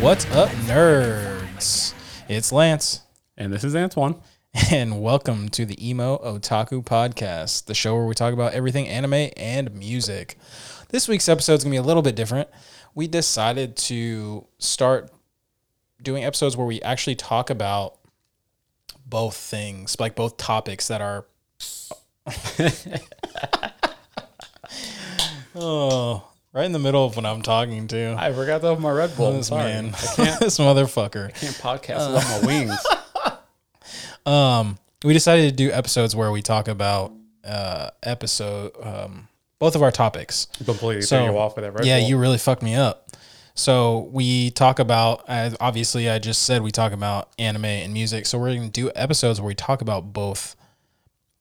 What's up, nerds? It's Lance, And this is Antoine. and welcome to the Emo Otaku Podcast, the show where we talk about everything anime and music. This week's episode is going to be a little bit different. We decided to start doing episodes where we actually talk about both things, like both topics that are. oh, right in the middle of when I'm talking to. I forgot to open my Red Bull. this Sorry. man, I can't, this motherfucker. can't podcast without my wings. we decided to do episodes where we talk about uh episode um both of our topics Completely So, so, you off with that Red yeah Bull. you really fucked me up so we talk about I obviously i just said we talk about anime and music so we're going to do episodes where we talk about both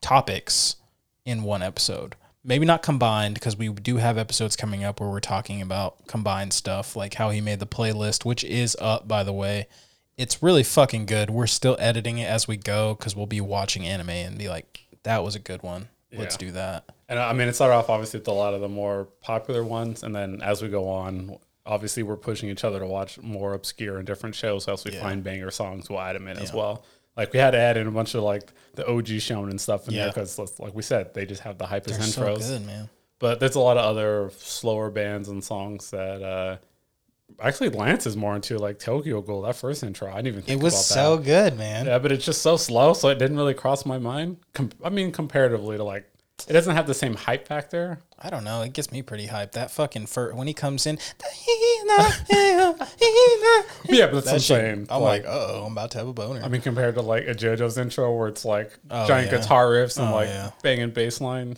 topics in one episode maybe not combined because we do have episodes coming up where we're talking about combined stuff like how he made the playlist which is up by the way it's really fucking good we're still editing it as we go because we'll be watching anime and be like that was a good one let's Yeah. do that And I mean, it started off obviously with a lot of the more popular ones. And then as we go on, obviously we're pushing each other to watch more obscure and different shows. So as we find banger songs, we'll add them in as well. Like we had to add in a bunch of like the OG shonen stuff in there Yeah. because, like we said, they just have the hypest so intros. good man but there's a lot of other slower bands and songs that uh actually Lance is more into like Tokyo Ghoul. That first intro, I didn't even think it was about so that. good man Yeah, but it's just so slow, so it didn't really cross my mind. Com- I mean, comparatively to like, it doesn't have the same hype factor. I don't know. It gets me pretty hyped. That fucking fur when he comes in. Yeah, but that's what I'm That shit- saying. I'm like, like, oh, I'm about to have a boner. I mean, compared to like a JoJo's intro where it's like Oh, giant yeah. guitar riffs and Oh, like yeah. banging bass line.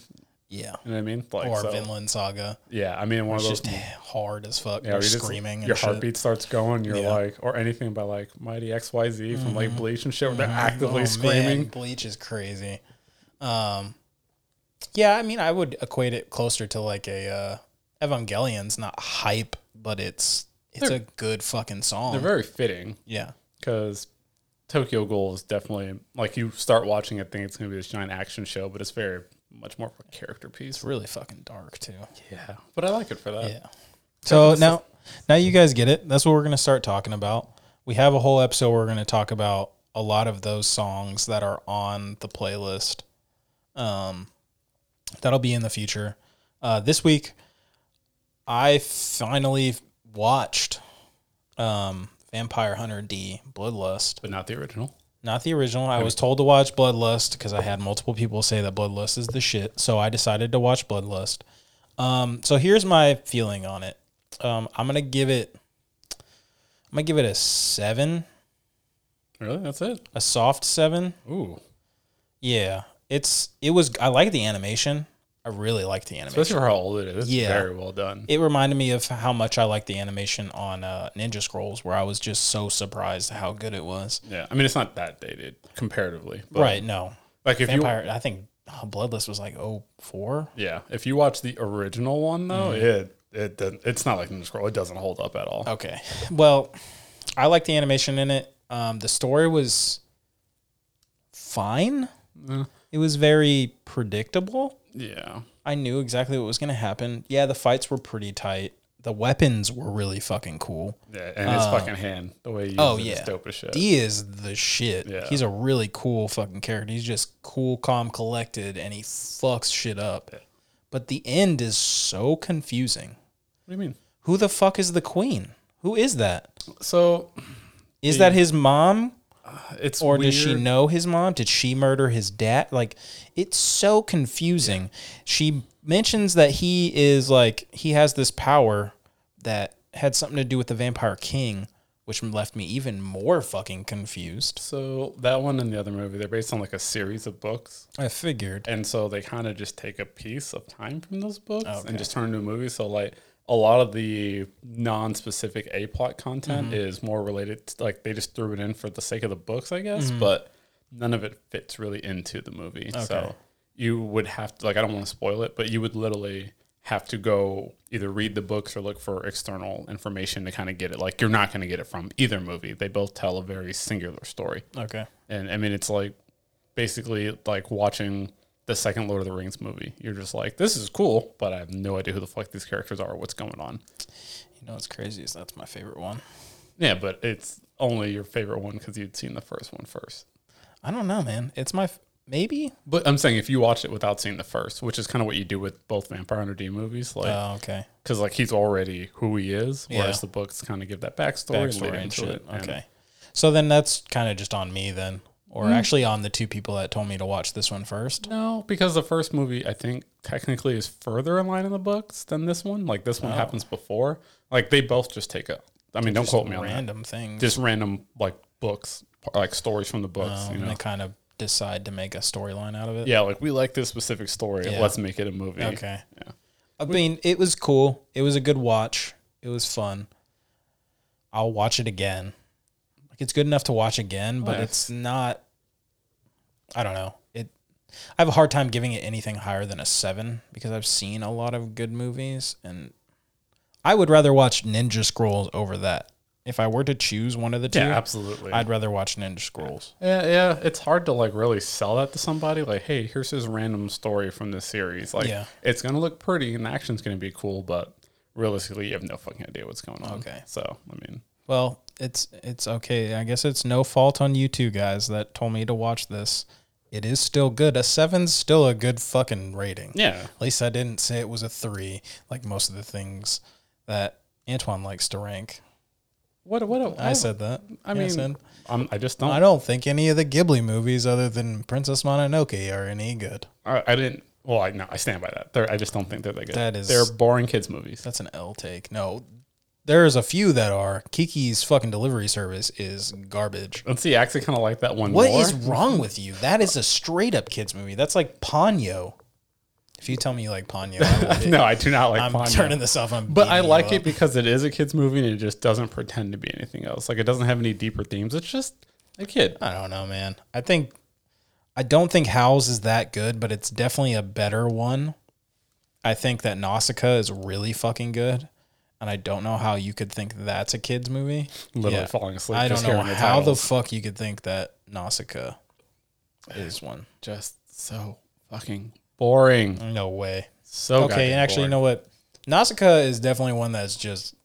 yeah. You know what I mean? Like, Or so- Vinland Saga. yeah, I mean, one of those Just hard as fuck. Yeah, They're where you just- screaming and your shit. heartbeat starts going. You're Yeah. Mm-hmm. like, or anything by like Mighty X Y Z from like Bleach and shit. Where they're actively Oh, screaming. Man, bleach is crazy. Um, yeah, I mean, I would equate it closer to like a uh, Evangelion's not hype, but it's it's a good fucking song. They're very fitting yeah. because Tokyo Ghoul is definitely like you start watching it, think it's gonna be this giant action show, but it's very much more of a character piece. It's really fucking dark too. Yeah, but I like it for that. Yeah. So now, now you guys get it. That's what we're going to start talking about. We have a whole episode where we're going to talk about a lot of those songs that are on the playlist. Um, that'll be in the future. Uh, this week, I finally watched um, Vampire Hunter D Bloodlust. But not the original. Not the original. I was told to watch Bloodlust because I had multiple people say that Bloodlust is the shit. So I decided to watch Bloodlust. Um, so here's my feeling on it. Um, I'm gonna give it. I'm gonna give it a seven, Really, that's it. a soft seven. Ooh, Yeah, it's it was. I like the animation. I really like the animation. especially for how old it is. It's Yeah. very well done. it reminded me of how much I liked the animation on uh, Ninja Scrolls, where I was just so surprised how good it was. Yeah, I mean, it's not that dated comparatively. But right? No, Like if you Vampire. I think oh, Bloodlust was like oh four. Yeah, if you watch the original one though, Mm-hmm. it it doesn't, it's not like Ninja Scroll. It doesn't hold up at all. Okay. Well, I like the animation in it. Um, the story was fine. It was very predictable. Yeah, I knew exactly what was going to happen. Yeah, the fights were pretty tight. The weapons were really fucking cool. yeah, and his fucking hand, the way you Uh. oh, oh yeah, yeah. dope as shit. D is the shit. Yeah. He's a really cool fucking character. He's just cool, calm, collected, and he fucks shit up. But the end is so confusing. What do you mean? Who the fuck is the queen? Who is that? So Is that his mom? it's or weird. does she know his mom? Did she murder his dad? Like, it's so confusing. She mentions that he is like he has this power that had something to do with the vampire king, which left me even more fucking confused. So that one and the other movie, they're based on like a series of books, I figured. and so they kind of just take a piece of time from those books and just turn it into a movie. So like a lot of the non-specific a plot content is more related. To, like they just threw it in for the sake of the books, I guess, but none of it fits really into the movie. So you would have to like I don't want to spoil it, but you would literally have to go either read the books or look for external information to kind of get it. Like you're not going to get it from either movie. They both tell a very singular story. Okay. And I mean, it's like basically like watching the second Lord of the Rings movie. You're just like, this is cool, but I have no idea who the fuck these characters are or what's going on. You know what's crazy is that's my favorite one. Yeah, but it's only your favorite one because you'd seen the first one first. I don't know, man. It's my f- maybe. But I'm saying if you watch it without seeing the first, which is kind of what you do with both Vampire Hunter D movies, like oh, okay. because like he's already who he is, whereas Yeah. the books kind of give that backstory, and lead Backstory and into shit. it. and- okay. So then that's kind of just on me then, or Mm. actually on the two people that told me to watch this one first. No, because the first movie I think technically is further in line in the books than this one. Like this one Oh. happens before. Like they both just take a. I mean, don't quote me on that. Random things. Just random like books, like stories from the books. um, you know. They kind of decide to make a storyline out of it. Yeah, like we like this specific story. Yeah. Let's make it a movie. Okay. Yeah. I mean, it was cool. It was a good watch. It was fun. I'll watch it again. Like it's good enough to watch again, but Nice. it's not. I don't know. It. I have a hard time giving it anything higher than a seven because I've seen a lot of good movies, and I would rather watch Ninja Scrolls over that. If I were to choose one of the two, Yeah, absolutely. I'd rather watch Ninja Scrolls. yeah, yeah, it's hard to like really sell that to somebody. Like, hey, here's this random story from this series. Like, Yeah. it's gonna look pretty and the action's gonna be cool, but realistically, you have no fucking idea what's going on. Okay. so I mean, Well, it's it's okay. I guess it's no fault on you two guys that told me to watch this. It is still good. A seven's still a good fucking rating. yeah, At least I didn't say it was a three, like most of the things that Antoine likes to rank. What what I, said that. Oh, I Yeah, mean, said- I'm, Um, I just don't. I I, don't think any of the Ghibli movies other than Princess Mononoke are any good. I, didn't. Well, I no, I stand by that. They're, I just don't think they're that good. That is- they're boring kids movies. That's an L take. No, there's a few that are. Kiki's fucking delivery service is garbage. Let's see. I actually kind of like that one What more. is wrong with you? That is a straight up kids movie. That's like Ponyo. If you tell me you like Ponyo, I will be- no, I do not like. I'm Ponyo. turning this off. I'm But I beating you like up. it because it is a kids movie and it just doesn't pretend to be anything else. Like it doesn't have any deeper themes. It's just a kid. I don't know, man. I think I don't think Howls is that good, but it's definitely a better one. I think that Nausicaa is really fucking good, and I don't know how you could think that's a kids movie. Literally Yeah. falling asleep. I don't just know hearing the how the titles. fuck you could think that Nausicaa is one. just so fucking boring. No way. So okay, and actually, you know what? Nausicaa is definitely one that's just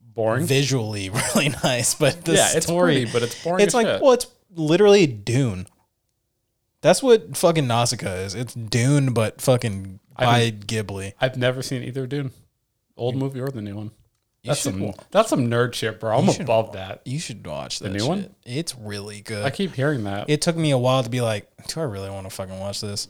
boring. visually really nice, but the yeah, it's story, pretty, but it's boring. it's as like, shit. well, it's literally Dune. That's what fucking Nausicaa is. It's Dune, but fucking by Ghibli. I've never seen either Dune, old movie or the new one. You That's should some wa- that's some nerd shit, bro. I'm You should above that. You should watch that new shit. one? It's really good. I keep hearing that. it took me a while to be like, do I really want to fucking watch this?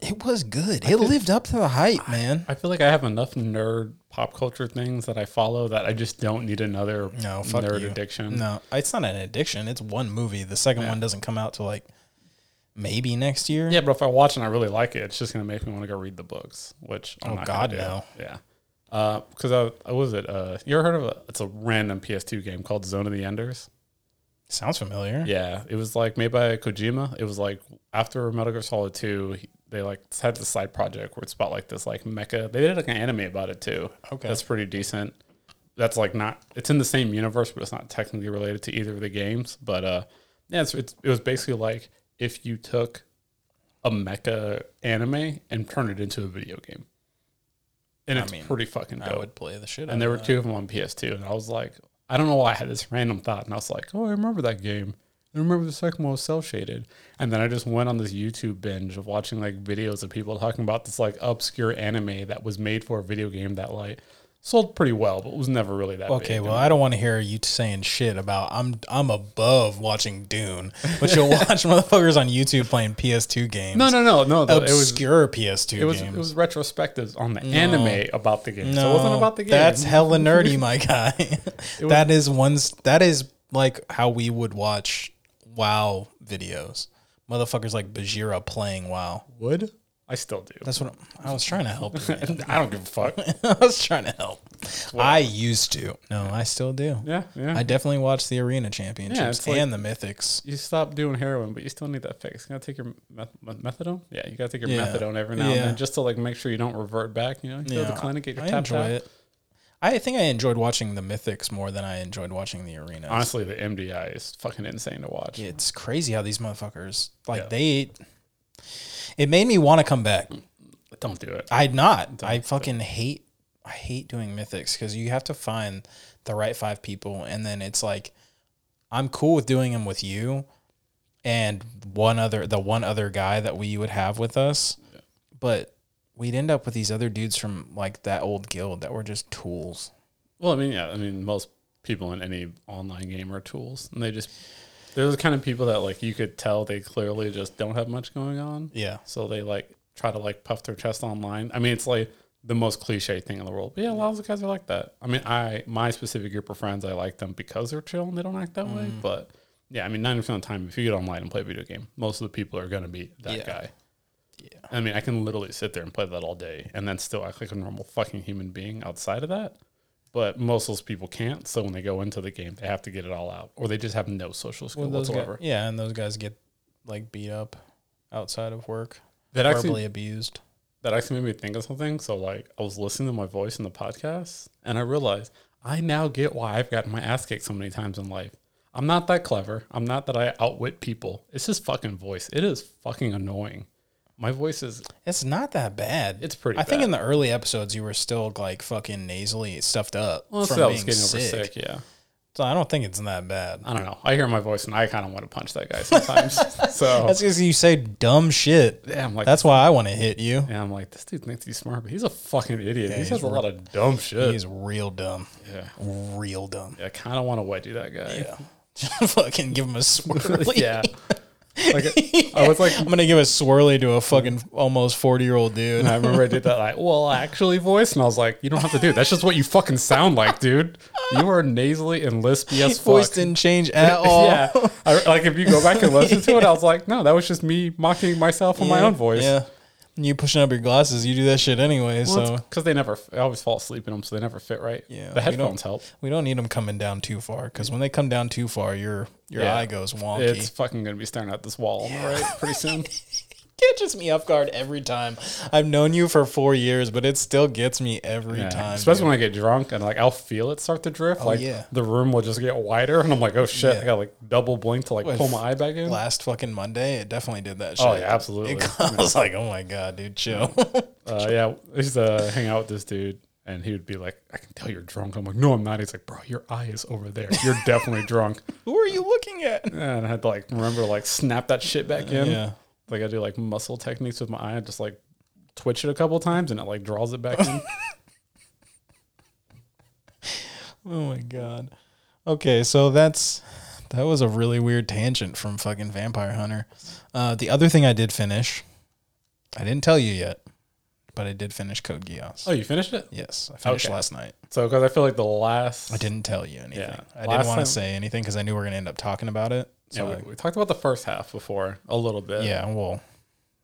It was good. It lived up to the hype, man. I feel like I have enough nerd pop culture things that I follow that I just don't need another No, fuck nerd you. addiction. No, it's not an addiction. It's one movie. The second one doesn't come out till like maybe next year. Yeah, but if I watch and I really like it, it's just gonna make me want to go read the books, which I'm Oh, not God, gonna do. no. Yeah. Because I, I what was it? Uh, you ever heard of a? It's a random PS2 game called Zone of the Enders. Sounds familiar. Yeah, it was like made by Kojima. It was like after Metal Gear Solid Two, he- they like had the side project where it's about like this like mecha. They did like an anime about it too. Okay. that's pretty decent. That's like not. It's in the same universe, but it's not technically related to either of the games. But uh, yeah, it's, it's it was basically like if you took a mecha anime and turned it into a video game, and I it's mean, pretty fucking dope. I would play the shit out And there of were two of them on PS2. And I was like, I don't know why I had this random thought. And I was like, oh, I remember that game. I remember the second one was cell shaded. And then I just went on this YouTube binge of watching like videos of people talking about this like obscure anime that was made for a video game that like sold pretty well, but was never really that Okay, big. well, I don't want to hear you saying shit about I'm I'm above watching Dune, but you'll watch motherfuckers on YouTube playing PS2 games. No, no, no, no. though, It was. obscure PS2 It was, it games. was retrospectives on the anime about the game. so it wasn't No, about the game. That's hella nerdy, my guy. that is one. s- That is like how we would watch WoW videos. Motherfuckers like Bajira playing WoW. would. I still do. That's what i I was trying to help. you. I don't give a fuck. I was trying to help. I used to. No, I still do. yeah, yeah. I definitely watch the arena championships it's like- and the mythics. you stop doing heroin, but you still need that fix. You gotta take your meth- meth- methadone. Yeah, you gotta take your Yeah. methadone every now Yeah. and then just to like make sure you don't revert back. You know, you go to the clinic, get your I tapped enjoy out. it. I think I enjoyed watching the Mythics more than I enjoyed watching the arenas. Honestly, the MDI is fucking insane to watch. It's crazy how these motherfuckers like Yeah. they. It made me want to come back. Don't do it. I'd not. I fucking hate. I hate doing Mythics because you have to find the right five people, and then it's like I'm cool with doing them with you and one other the one other guy that we would have with us, but we'd end up with these other dudes from like that old guild that were just tools. Well, I mean, yeah, I mean, most people in any online game are tools, and they just they're the kind of people that like you could tell they clearly just don't have much going on. Yeah. So they like try to like puff their chest online. I mean, it's like the most cliche thing in the world. But yeah, a lot of the guys are like that. I mean, I my specific group of friends, I like them because they're chill and they don't act that way. Mm. But yeah, I mean, ninety percent of the time, if you get online and play a video game, most of the people are gonna be that Yeah. guy. Yeah. I mean, I can literally sit there and play that all day and then still act like a normal fucking human being outside of that. But most of those people can't. So when they go into the game, they have to get it all out, or they just have no social skill those guys, whatsoever. yeah, and those guys get like beat up outside of work, That actually verbally abused. that actually made me think of something. So like I was listening to my voice in the podcast and I realized I now get why I've gotten my ass kicked so many times in life. I'm not that clever. I'm not that I outwit people. It's just fucking voice. It is fucking annoying. My voice is It's not that bad. it's pretty I think bad. in the early episodes you were still like fucking nasally stuffed up Well, from so I was being getting sick. over sick, yeah. So I don't think it's that bad. I don't know. I hear my voice and I kind of want to punch that guy sometimes. so That's because you say dumb shit. yeah, I'm like That's why I want to hit you. yeah, I'm like this dude thinks he's smart, but he's a fucking idiot. he he's says a lot of dumb shit. He's real dumb. yeah. Real dumb. Yeah, I kind of want to wedgie that guy. Yeah. fucking give him a swirly. yeah. Like I was like I'm gonna give a swirly to a fucking almost 40 year old dude. And I remember I did that like, well, actually voice, and I was like, you don't have to do. it. That's just what you fucking sound like, dude. You are nasally and lispy as fuck. Voice didn't change at all. Yeah, I, like if you go back and listen to it, I was like, no, that was just me mocking myself on my Yeah, own voice. Yeah. And you pushing up your glasses, you do that shit anyway. so because they never, I always fall asleep in them, so they never fit right. Yeah, we the don't- headphones help. we don't need them coming down too far because when they come down too far, your your Yeah. eye goes wonky. It's fucking gonna be staring at this wall, right? Pretty soon. catches me off guard every time. I've known you for four years, but it still gets me every Yeah. time. Especially dude. when I get drunk and like I'll feel it start to drift. like Oh, yeah. the room will just get wider, and I'm like, oh shit, Yeah. I got to like double blink to like pull my eye back in. last fucking Monday, it definitely did that shit. Oh yeah, absolutely. I was like, oh my god, dude, chill. Uh, yeah, I used to hang out with this dude, and he would be like, "I can tell you're drunk." I'm like, "No, I'm not." He's like, "Bro, your eye is over there. You're definitely drunk." Who are you looking at? And I had to like remember to, like snap that shit back in. Yeah. Like I do like muscle techniques with my eye, I just like twitch it a couple times, and it like draws it back in. Oh my god. Okay, so that's that was a really weird tangent from fucking Vampire Hunter. Uh, the other thing I did finish, I didn't tell you yet, but I did finish Code Geass. oh, you finished it? Yes, I finished Okay. last night. So because I feel like the last I didn't tell you anything. Yeah. I Last didn't want time- to say anything because I knew we were gonna end up talking about it. So yeah, we, we talked about the first half before a little bit, yeah, well,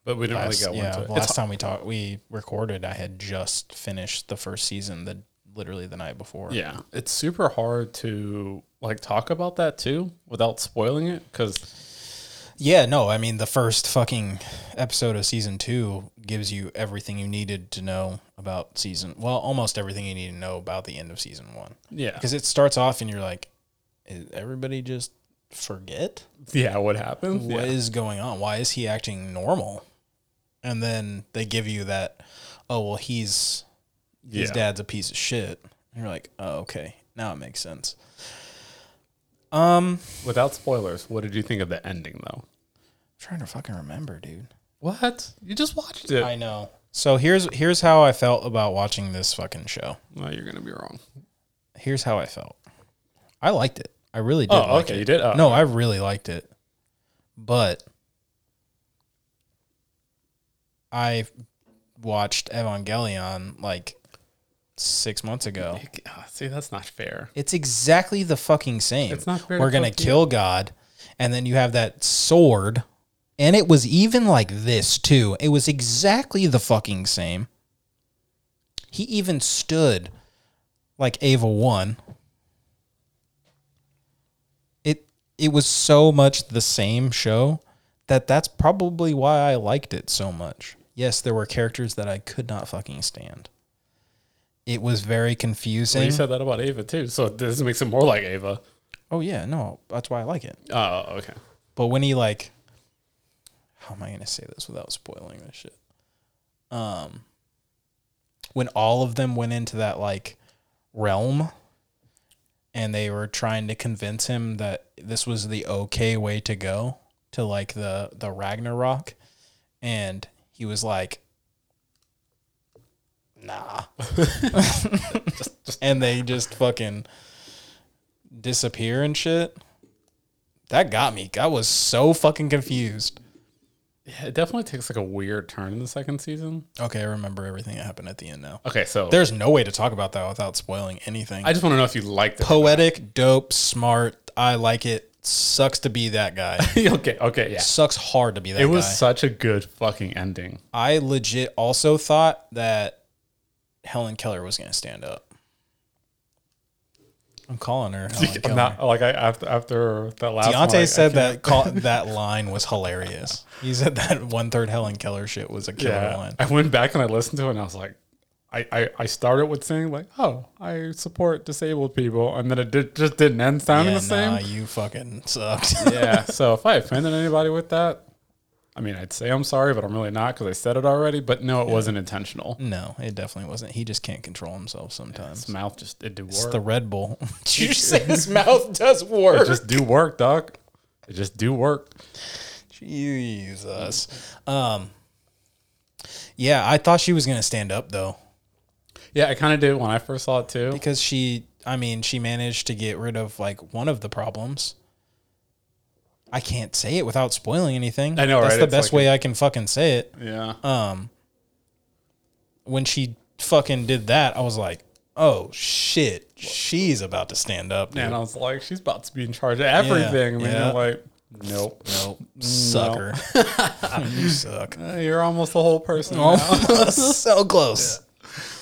but we didn't last, really go yeah, into it. last It's- time we talked, we recorded. I had just finished the first season, the literally the night before. Yeah, it's super hard to like talk about that too without spoiling it because Yeah, no, I mean the first fucking episode of season two gives you everything you needed to know about season. Well, almost everything you need to know about the end of season one yeah, because it starts off and you're like, is everybody just forget yeah, what happened? what Yeah. is going on? Why is he acting normal? And then they give you that, oh well, he's his Yeah. dad's a piece of shit. And you're like, oh okay, now it makes sense. Um, Without spoilers, what did you think of the ending though? trying to fucking remember, dude. What? You just watched it. I know. So here's here's how I felt about watching this fucking show. well, you're gonna be wrong. Here's how I felt. I liked it. I really did. Oh, like okay, it. you did. Oh, No, I really liked it. But I watched Evangelion like six months ago. Ah, See, that's not fair. It's exactly the fucking same. It's not fair We're to gonna fuck kill God, and then you have that sword, and it was even like this too. It was exactly the fucking same. He even stood like Ava one. It it was so much the same show that that's probably why I liked it so much. Yes, there were characters that I could not fucking stand. It was very confusing. Well, you said that about Ava too, so this makes it more like Ava. Oh yeah, no, that's why I like it. Oh, okay. But when he like, how am I gonna say this without spoiling this shit? Um, when all of them went into that like realm, and they were trying to convince him that this was the okay way to go to like the the Ragnarok, and he was like, "Nah," and they just fucking disappear and shit. That got me. I was so fucking confused. Yeah, it definitely takes like a weird turn in the second season. Okay, I remember everything that happened at the end now. Okay, so There's no way to talk about that without spoiling anything. I just want to know if you liked it. Poetic, dope, smart. I like it. Sucks to be that guy. okay, okay, yeah. Sucks hard to be that It was guy. such a good fucking ending. I legit also thought that Helen Keller was going to stand up. I'm calling her. Helen Keller. I'm not like I after after that last. one, Deontay I- I said that can't- call, that line was hilarious. He said that one third Helen Keller shit was a killer Yeah, line. I went back and I listened to it, and I was like, I, I I started with saying like, oh, I support disabled people, and then it did, just didn't end sounding Yeah, the same. nah, uh, you fucking sucked. yeah. So if I offended anybody with that, I mean, I'd say I'm sorry, but I'm really not because I said it already. But no, it wasn't intentional. no, it definitely wasn't. He just can't control himself sometimes. His mouth just it do Mm. It's work. the Red Bull. Did you just say his mouth does work? It just do work, doc. It just do work. Jesus. Um. Yeah, I thought she was gonna stand up though, Yeah, I kind of did when I first saw it too. because she. I mean, she managed to get rid of like one of the problems. I can't say it without spoiling anything. I know, That's right? the It's best like way I can fucking say it. Yeah. When she fucking did that, I was like, "Oh shit, she's about to stand up." Dude. and I was like, she's about to be in charge of everything. and yeah. you're like, nope. Nope. Sucker. you suck. Uh, You're almost the whole person. now. so close.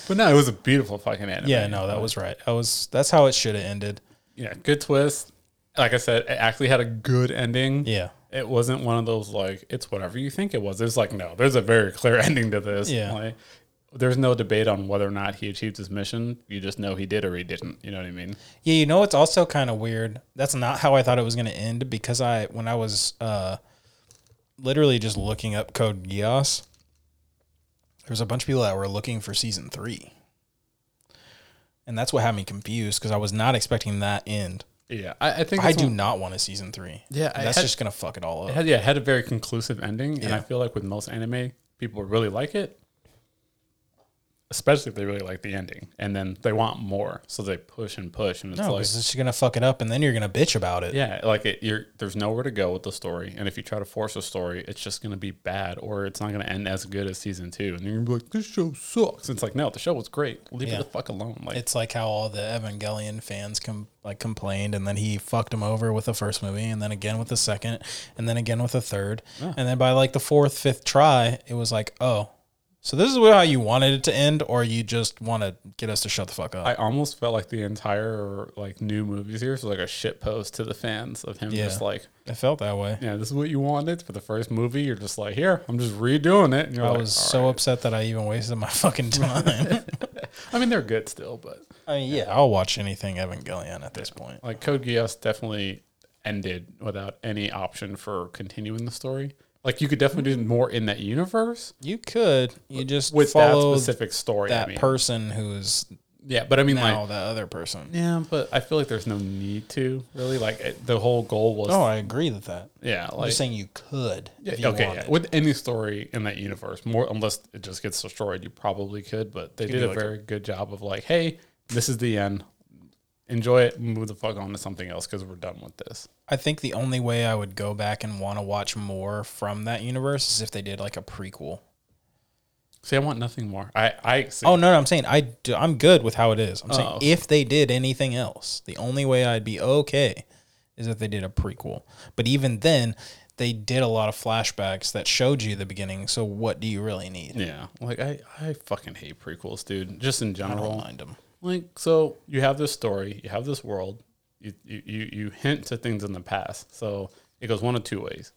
But no, it was a beautiful fucking anime. Yeah, no, that was right. I was that's how it should have ended. Yeah, good twist. Like I said, it actually had a good ending. Yeah. It wasn't one of those like it's whatever you think it was. It's like no, there's a very clear ending to this. Yeah. Like, there's no debate on whether or not he achieved his mission. You just know he did or he didn't. You know what I mean? Yeah, you know it's also kind of weird. That's not how I thought it was going to end because I when I was uh literally just looking up code Geass, there was a bunch of people that were looking for season 3. And that's what had me confused because I was not expecting that end. Yeah, I, I think I it's do one- not want a season 3. Yeah, I that's had- just going to fuck it all it up. had, yeah, it had a very conclusive ending, and I feel like with most anime, people would really like it, especially if they really like the ending, and then they want more, so they push and push, and it's no, like because it's going to fuck it up and then you're going to bitch about it. Yeah, like it, you're there's nowhere to go with the story, and if you try to force a story, it's just gonna be bad, or it's not gonna end as good as season two, and you're gonna be like, this show sucks. It's like, no, the show was great. Leave Yeah. it the fuck alone. Like, It's like how all the Evangelion fans com- like complained, and then he fucked him over with the first movie, and then again with the second, and then again with the third, and then by like the fourth, fifth try, it was like, oh, so this is how you wanted it to end, or you just want to get us to shut the fuck up. I almost felt like the entire like new movie series was like a shit post to the fans of him, Yeah. just like, it felt that way. yeah, this is what you wanted for the first movie. You're just like, here, I'm just redoing it. And you're I like, was "All so upset that I even wasted my fucking time. right." I mean, they're good still, but I mean, yeah, I'll watch anything Evangelion at this point. like Code Geass definitely ended without any option for continuing the story. Like you could definitely do more in that universe. You could, you just with follow that specific story. that I mean, person who's yeah, but I mean, now like, the other person. yeah, but I feel like there's no need to really. Like, it, the whole goal was, Oh, I agree with that. yeah, I'm like, just saying you could. yeah, if you okay, wanted. yeah. with any story in that universe, more unless it just gets destroyed, you probably could. But they did do a like a- very good job of like, hey, this is the end. Enjoy it. Move the fuck on to something else because we're done with this. I think the only way I would go back and want to watch more from that universe is if they did like a prequel. See, I want nothing more. I, I, see, Oh no, no I'm saying I do, I'm good with how it is. I'm saying Oh. if they did anything else, the only way I'd be okay is if they did a prequel. But even then, they did a lot of flashbacks that showed you the beginning. So what do you really need? yeah, like I, I fucking hate prequels, dude. Just in I general, don't mind them. like so you have this story you have this world you, you you you hint to things in the past so it goes one of two ways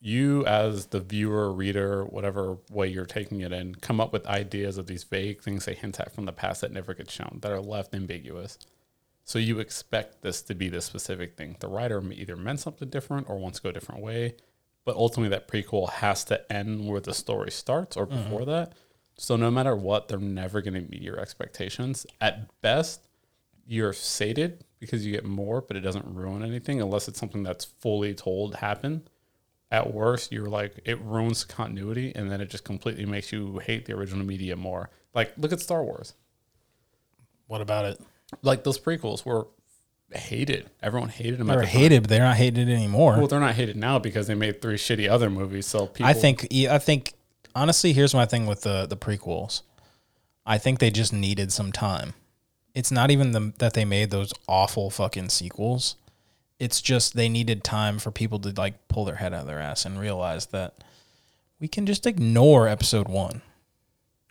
you as the viewer reader whatever way you're taking it in come up with ideas of these vague things they hint at from the past that never get shown that are left ambiguous so you expect this to be this specific thing the writer either meant something different or wants to go a different way but ultimately that prequel has to end where the story starts or before that so no matter what, they're never going to meet your expectations. At best, you're sated because you get more, but it doesn't ruin anything unless it's something that's fully told happen. At worst, you're like it ruins continuity, and then it just completely makes you hate the original media more. Like, look at Star Wars. What about it? Like those prequels were hated. Everyone hated them. They at were the time. hated, but they're not hated anymore. Well, they're not hated now because they made three shitty other movies. So people, I think I think honestly, here's my thing with the the prequels. I think they just needed some time. It's not even the, that they made those awful fucking sequels. It's just they needed time for people to like pull their head out of their ass and realize that we can just ignore episode one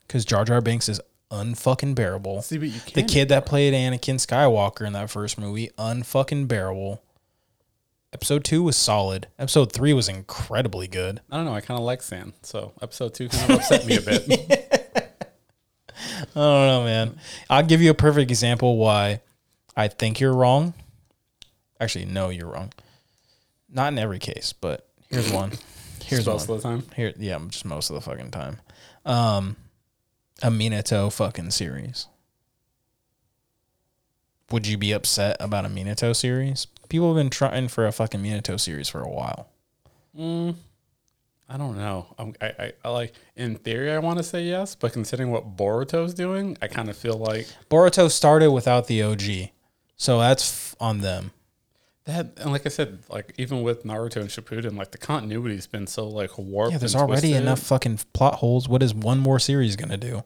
because Jar Jar Binks is unfucking bearable. See, but you The can't. kid that played Anakin Skywalker in that first movie, unfucking bearable. Episode two was solid. Episode three was incredibly good. I don't know. I kind of like Sam. So episode two kind of upset me a bit. I don't know, man. I'll give you a perfect example why I think you're wrong. Actually, no, you're wrong. Not in every case, but here's one. Here's one. most of the time. Here, yeah, just most of the fucking time. Um, a Minato fucking series. Would you be upset about a Minato series? People have been trying for a fucking Minato series for a while. I don't know. I'm, I, I, I like in theory, I want to say yes, but considering what Boruto's doing, I kind of feel like Boruto started without the OG, so that's f- on them. that. And like I said, like even with Naruto and Shippuden, like the continuity's been so like warped. Yeah, there's and already twisted. enough fucking plot holes. What is one more series gonna do?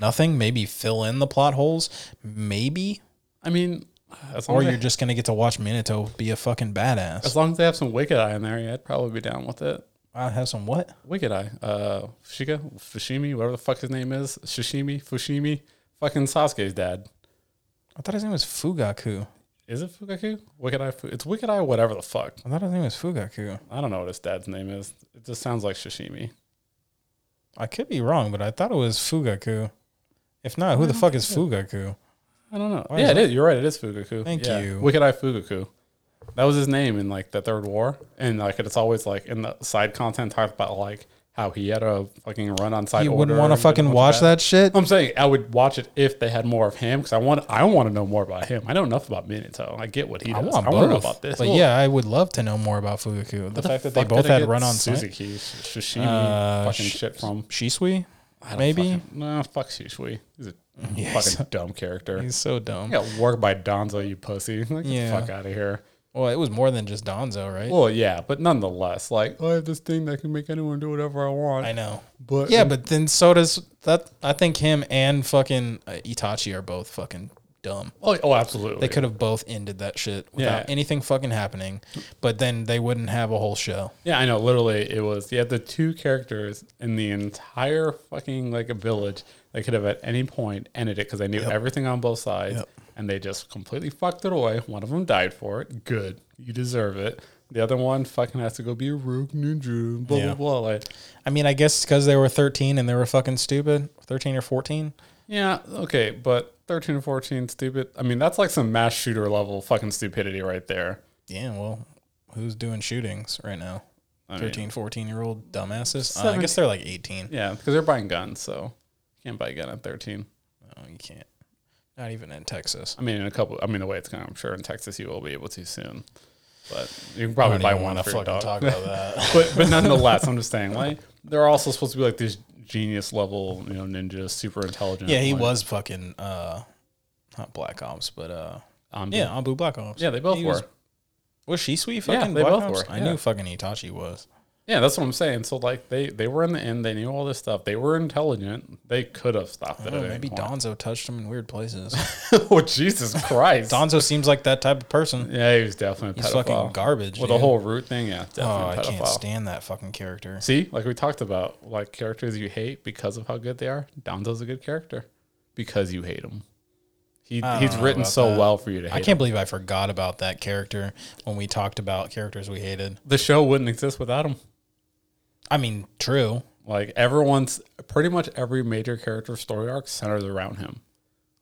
Nothing. Maybe fill in the plot holes. Maybe, I mean, as long or as, you're they, just gonna get to watch Minato be a fucking badass. as long as they have some Wicked Eye in there, yeah, I'd probably be down with it. I have some what? Wicked Eye, uh, Shiga, Fushimi, whatever the fuck his name is, Shishimi, Fushimi, fucking Sasuke's dad. I thought his name was Fugaku. Is it Fugaku? Wicked Eye, Fu- it's Wicked Eye, whatever the fuck. I thought his name was Fugaku. I don't know what his dad's name is. It just sounds like Shishimi. I could be wrong, but I thought it was Fugaku. If not, Mm-hmm. who the fuck is Fugaku? I don't know. Why yeah, is it is. You're right. It is Fugaku. Thank Yeah. you. Wicked Eye Fugaku. That was his name in like the Third War, and like it's always like in the side content talked about like how he had a fucking run on side. You wouldn't order want to and did a fucking bunch of watch that shit. I'm saying I would watch it if they had more of him because I want I want to know more about him. I know enough about Minato. I get what he I does. want wanna know both. about this. But Well, yeah, I would love to know more about Fugaku. The, fact that they fuck both did I had get run on Suzuki. Suzuki Shishimi Uh, fucking sh- shit from Shisui. I don't maybe? fucking- nah, fuck Shishui. He's a Yes. fucking dumb character. He's so dumb. I got worked by Donzo, you pussy. Like, Yeah. Get the fuck out of here. Well, it was more than just Donzo, right? Well, yeah, but nonetheless, like, oh, I have this thing that can make anyone do whatever I want. I know. but Yeah, but then so does that. I think him and fucking uh, Itachi are both fucking dumb. oh, oh, absolutely. They could have both ended that shit without Yeah. anything fucking happening, but then they wouldn't have a whole show. Yeah, I know. Literally, it was. You had the two characters in the entire fucking like a village. They could have at any point ended it because they knew everything on both sides, Yep. and they just completely fucked it away. One of them died for it. Good, you deserve it. The other one fucking has to go be a rogue ninja. Blah Yeah. blah blah. Like, I mean, I guess because they were 13 and they were fucking stupid. 13 or 14. yeah, okay, but thirteen and fourteen, stupid. I mean, that's like some mass shooter level fucking stupidity right there. Yeah, well, who's doing shootings right now? I mean- 13, 14 year old dumbasses. Uh, I Seven- guess they're like 18. Yeah, because they're buying guns, so you can't buy a gun at thirteen. No, Oh, you can't. Not even in Texas. I mean, in a couple. I mean, the way it's going, I'm sure in Texas you will be able to soon, but you can probably don't buy even one wanna for your dog. talk about that. But but nonetheless, I'm just saying, like they're also supposed to be like these genius level, you know, ninjas, super intelligent. yeah, he like, was fucking, uh, not Black Ops, but, uh, Um, yeah, Abu Black Ops. yeah, they both He were. Was, was she sweet Yeah, fucking they Black both Ops? were, I yeah. knew fucking Itachi was. yeah, that's what I'm saying. So like they they were in the end, they knew all this stuff, they were intelligent, they could have stopped it. Oh, at any maybe point. Donzo touched him in weird places. oh Jesus Christ! Donzo seems like that type of person. yeah, he was definitely a He's pedophile. fucking garbage. With dude. the whole root thing, yeah, definitely Oh, I pedophile. can't stand that fucking character. See, like we talked about, like characters you hate because of how good they are. Donzo's a good character because you hate him. He I don't he's know written about so that. well for you to hate. I him. can't believe I forgot about that character when we talked about characters we hated. The show wouldn't exist without him. I mean, true. Like everyone's pretty much every major character story arc centers around him.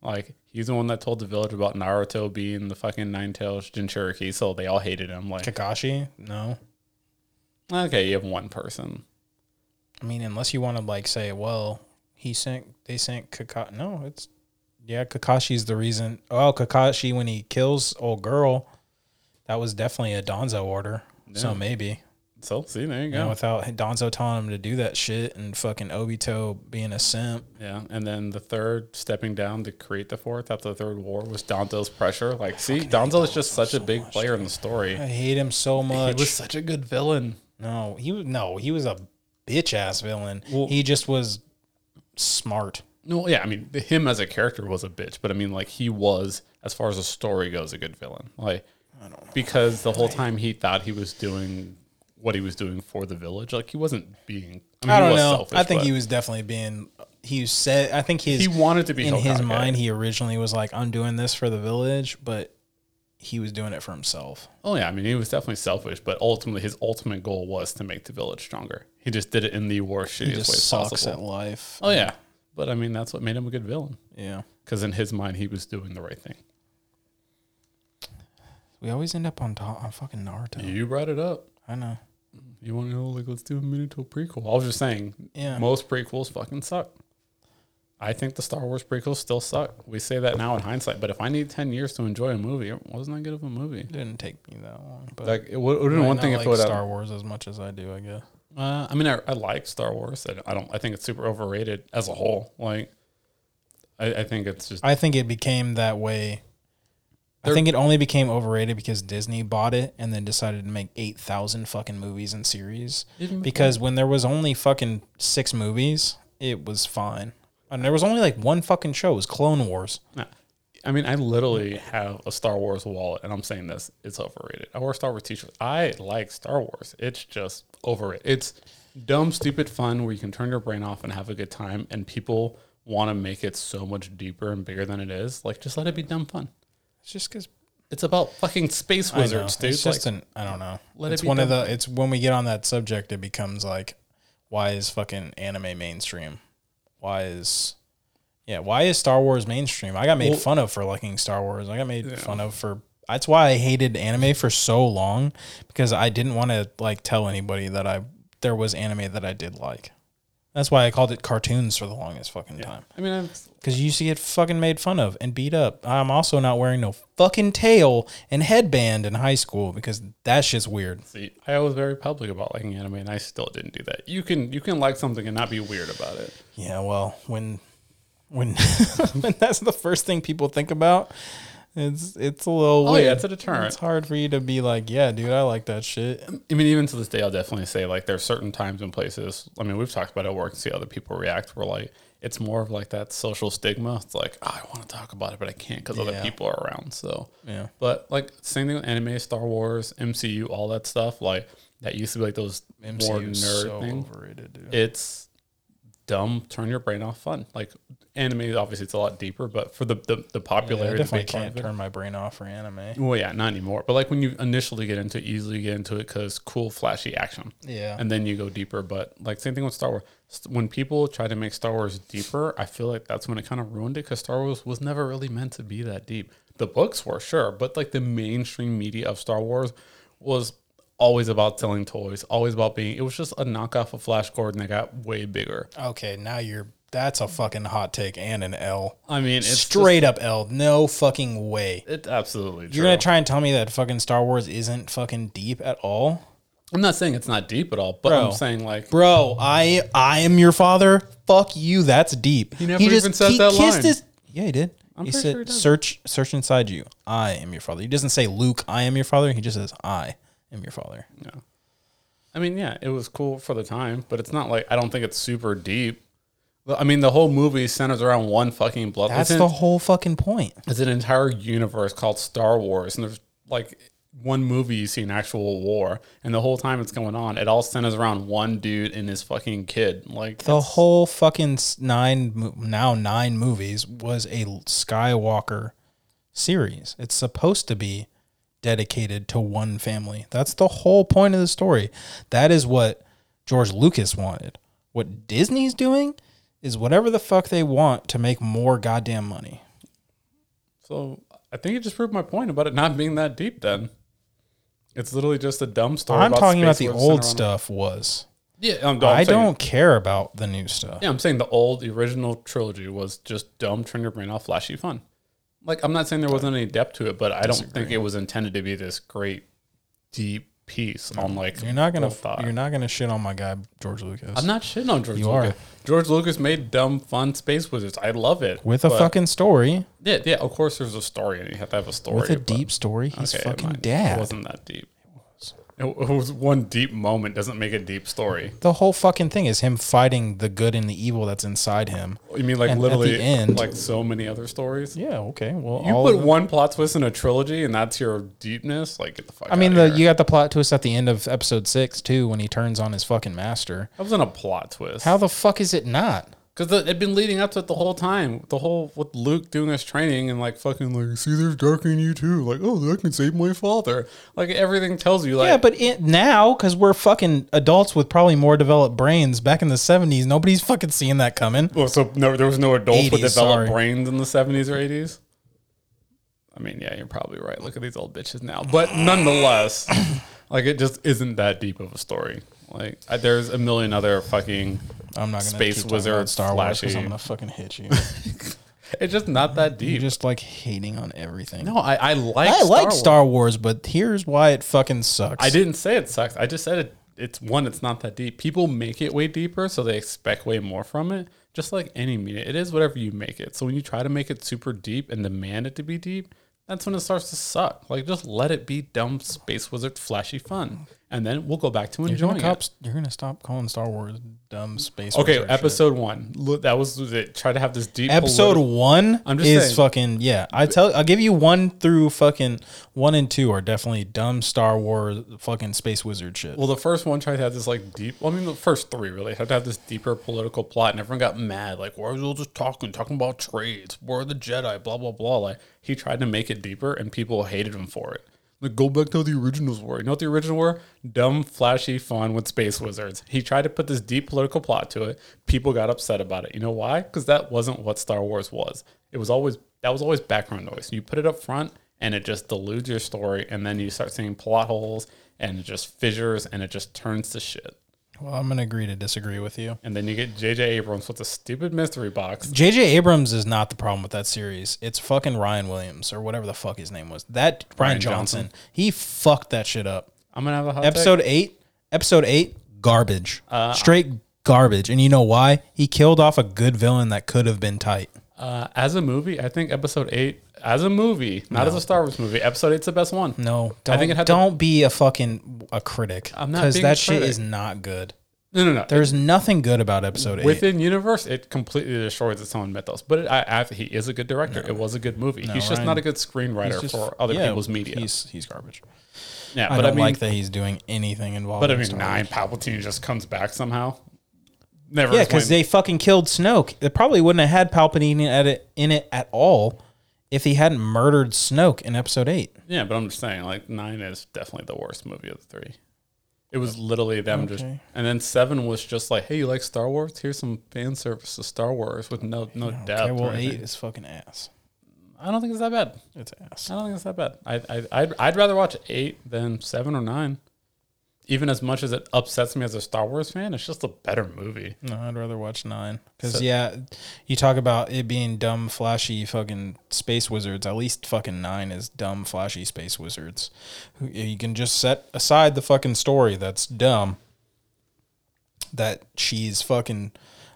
Like he's the one that told the village about Naruto being the fucking nine tails Jinchuriki, so they all hated him. Like Kakashi, no. okay, you have one person. I mean, unless you want to like say, well, he sent, they sent Kakashi. No, it's Yeah, Kakashi's the reason. Oh, Kakashi when he kills old girl, that was definitely a Donzo order. So maybe. So see, there you You know, go. without Donzo telling him to do that shit and fucking Obito being a simp. Yeah, and then the third stepping down to create the fourth after the third war was Dante's pressure. Like, see, Danzo is just such a big player in the story. I hate him so He much. was such a good villain. no, he was no, he was a bitch ass villain. Well- he just was smart. No, yeah, I mean, him as a character was a bitch, but I mean, like, he was, as far as the story goes, a good villain. Like, because the whole time he thought he was doing what he was doing for the village, like, he wasn't being. I, mean, I he don't was know. selfish, I think but he was definitely being. He said. I think his He wanted to be in his Hokage. mind. He originally was like, "I'm doing this for the village," but he was doing it for himself. Oh yeah, I mean he was definitely selfish, but ultimately his ultimate goal was to make the village stronger. He just did it in the worst shittiest He way just sucks possible. at life. Oh yeah, but I mean that's what made him a good villain Yeah. because in his mind he was doing the right thing. We always end up on top on fucking Naruto. You brought it up. I know. You want to know like let's do a Minato prequel? I was just saying, Yeah. most prequels fucking suck. I think the Star Wars prequels still suck. We say that now in hindsight, but if I need ten years to enjoy a movie, it wasn't that good of a movie. didn't take me that long, but Like it would have been I one not thing if like it would have Star Wars as much as I do. I guess. Uh, I mean, I, I like Star Wars. and I don't. I think it's super overrated as a whole. Like, I, I think it's just I think it became that way. I There- think it only became overrated because Disney bought it and then decided to make 8,000 fucking movies and series. Didn't- Because when there was only fucking six movies, it was fine. And there was only like one fucking show, it was Clone Wars. I mean, I literally have a Star Wars wallet, and I'm saying this, it's overrated. I wear Star Wars t-shirts. I like Star Wars. It's just overrated. It's dumb, stupid fun where you can turn your brain off and have a good time, and people want to make it so much deeper and bigger than it is. Like, just let it be dumb fun. It's just because It's about fucking space wizards, dude. It's just an, I don't know. let it it's be one of the, it's when we get on that subject, it becomes like, why is fucking anime mainstream? Why is, yeah, why is Star Wars mainstream? I got made fun of for liking Star Wars. I got made fun of for, that's why I hated anime for so long because I didn't want to like tell anybody that I, there was anime that I did like. That's why I called it cartoons for the longest fucking time. I mean, I'm, Because you used to get fucking made fun of and beat up. I'm also not wearing no fucking tail and headband in high school because that shit's weird. See, I was very public about liking anime, and I still didn't do that. You can you can like something and not be weird about it. Yeah, well, when when when that's the first thing people think about, it's it's a little Oh weird. yeah, it's a deterrent. It's hard for you to be like, yeah, dude, I like that shit. I mean, even to this day, I'll definitely say like there's certain times and places. I mean, we've talked about it at work and see how other people react. We're like, it's more of like that social stigma. It's like "Oh, I want to talk about it, but I can't because other Yeah. people are around. So Yeah. But like same thing with anime, Star Wars, MCU, all that stuff. Like that used to be like those more MCU nerd is so things. overrated, dude. it's dumb turn your brain off fun like anime obviously it's a lot deeper but for the the, the Yeah, I popularity definitely big part can't of it- turn my brain off for anime. well yeah not anymore but like when you initially get into it, you easily get into it because cool flashy action Yeah. and then you go deeper but like same thing with star wars S- when people try to make star wars deeper i feel like that's when it kind of ruined it because star wars was never really meant to be that deep the books were sure but like the mainstream media of star wars was always about selling toys always about being it was just a knockoff of flash gordon that got way bigger Okay, now you're that's a fucking hot take and an L. I mean, it's Straight up L. No fucking way. Just, it's absolutely true. You're gonna try and tell me that fucking Star Wars isn't fucking deep at all, I'm not saying it's not deep at all, but Bro. I'm saying like bro? I I am your father. Fuck you. That's deep. He never even said that line. Yeah, he did. he pretty said, sure he does. "Search, search inside you. I am your father." He doesn't say, "Luke, I am your father." He just says, "I am your father." I mean, yeah, it was cool for the time, but it's not like I don't think it's super deep. Well, I mean, the whole movie centers around one fucking blood. That's it's, the an, whole fucking point. it's an entire universe called Star Wars, and there's like one movie you see an actual war, and the whole time it's going on, it all centers around one dude and his fucking kid. Like The whole fucking s- nine mo- now nine movies was a Skywalker series. It's supposed to be dedicated to one family. That's the whole point of the story. That is what George Lucas wanted. What Disney's doing is whatever the fuck they want to make more goddamn money. so I think it just proved my point about it not being that deep. Then it's literally just a dumb story. I'm talking about space Oh, the where it's centered old around- stuff was. Yeah, I'm, I'm I saying- don't care about the new stuff. Yeah, I'm saying the old, the original trilogy was just dumb, turn your brain off, flashy fun. Like, I'm not saying there wasn't any depth to it, but I don't think it was intended to be this great, deep piece on like. You're not gonna world thought. you're not gonna shit on my guy George Lucas I'm not shitting on George You Lucas. are. George Lucas made dumb, fun space wizards. I love it. with a but- fucking story Yeah, yeah, of course there's a story, and you have to have a story. with a but- deep story. He's Okay, fucking mine- It dad. wasn't that deep. It was. It was one deep moment, doesn't make a deep story. The whole fucking thing is him fighting the good and the evil that's inside him. You mean like And at the literally, end- like so many other stories? Yeah. Okay. Well, You all put of the- one plot twist in a trilogy, and that's your deepness. Like, get the fuck. I mean, outta the, here. you got the plot twist at the end of episode six too, when he turns on his fucking master. that wasn't a plot twist. How the fuck is it not? Because it'd been leading up to it the whole time. The whole with Luke doing his training and like fucking like, see, there's dark in you too. Like, oh, I can save my father. Like everything tells you, like, Yeah, but it, now because we're fucking adults with probably more developed brains. Back in the seventies, nobody's fucking seeing that coming. Well, oh, so no, there was no adults with 80s, sorry. developed brains in the seventies or eighties. I mean, yeah, you're probably right. Look at these old bitches now, but nonetheless, like it just isn't that deep of a story. Like I, there's a million other fucking. I'm not gonna Space keep talking wizard, about Star Wars 'cause flashy. I'm gonna fucking hit you. It's just not that You're deep. just like hating on everything. No, I, I like. I Star like Wars. Star Wars, but here's why it fucking sucks. I didn't say it sucks. I just said it. It's one. It's not that deep. People make it way deeper, so they expect way more from it. Just like any media, it is whatever you make it. So when you try to make it super deep and demand it to be deep, that's when it starts to suck. Like just let it be dumb space wizard flashy fun, and then we'll go back to You're gonna, enjoying it. cop, you're gonna stop calling Star Wars dumb space. Okay, wizard shit. episode one. Look, that was it. Try to have this deep Episode politi- one I'm just is saying. fucking yeah. I tell I'll give you one through fucking one and two are definitely dumb Star Wars fucking space wizard shit. Well, the first one tried to have this like deep. Well, I mean, the first three really had to have this deeper political plot, and everyone got mad. Like, why are you all just talking, talking about trades? Where are the Jedi? Blah blah blah. Like, he tried to make it deeper, and people hated him for it. Like, go back to how the originals were. You know what the original were? Dumb, flashy fun with space wizards. He tried to put this deep political plot to it. People got upset about it. You know why? Because that wasn't what Star Wars was. It was always that was always background noise. You put it up front, and it just dilutes your story and then you start seeing plot holes and it just fissures and it just turns to shit Well, I'm gonna agree to disagree with you. and then you get jj abrams with a stupid mystery box JJ Abrams is not the problem with that series. It's fucking Ryan Williams or whatever the fuck his name was. That Ryan, Johnson, He fucked that shit up. i'm gonna have a hot episode Episode eight. Episode eight. Garbage. Uh, Straight garbage. And you know why? He killed off a good villain that could have been tight. uh, as a movie i think episode 8 as a movie not as a star wars movie episode 8's the best one No, don't, think it had to- don't be a fucking a critic. I'm not because being a that shit critic. is not good. no no no There's nothing good about episode eight. within universe it completely destroys its own mythos but it, I, I, he is a good director it was a good movie he's just Ryan- not a good screenwriter Just- for other yeah, people's media He's he's garbage. yeah I but i, don't mean like that he's doing anything involved. but i mean nine palpatine just comes back somehow never Yeah, explained. because they fucking killed Snoke. They probably wouldn't have had Palpatine at it, in it at all if he hadn't murdered Snoke in episode eight. Yeah, but I'm just saying, like nine is definitely the worst movie of the three. It was literally them just, Okay. and then seven was just like, "Hey, you like Star Wars? Here's some fan service of Star Wars with no no depth." Okay, well, or eight anything." is fucking ass. I don't think it's that bad. It's ass. I don't think it's that bad. I, I I'd, I'd rather watch eight than seven or nine. Even as much as it upsets me as a Star Wars fan, it's just a better movie. No, I'd rather watch nine. Because So- yeah, you talk about it being dumb, flashy, fucking space wizards. At least fucking nine is dumb, flashy space wizards. Who- You can just set aside the fucking story that's dumb. That she's fucking.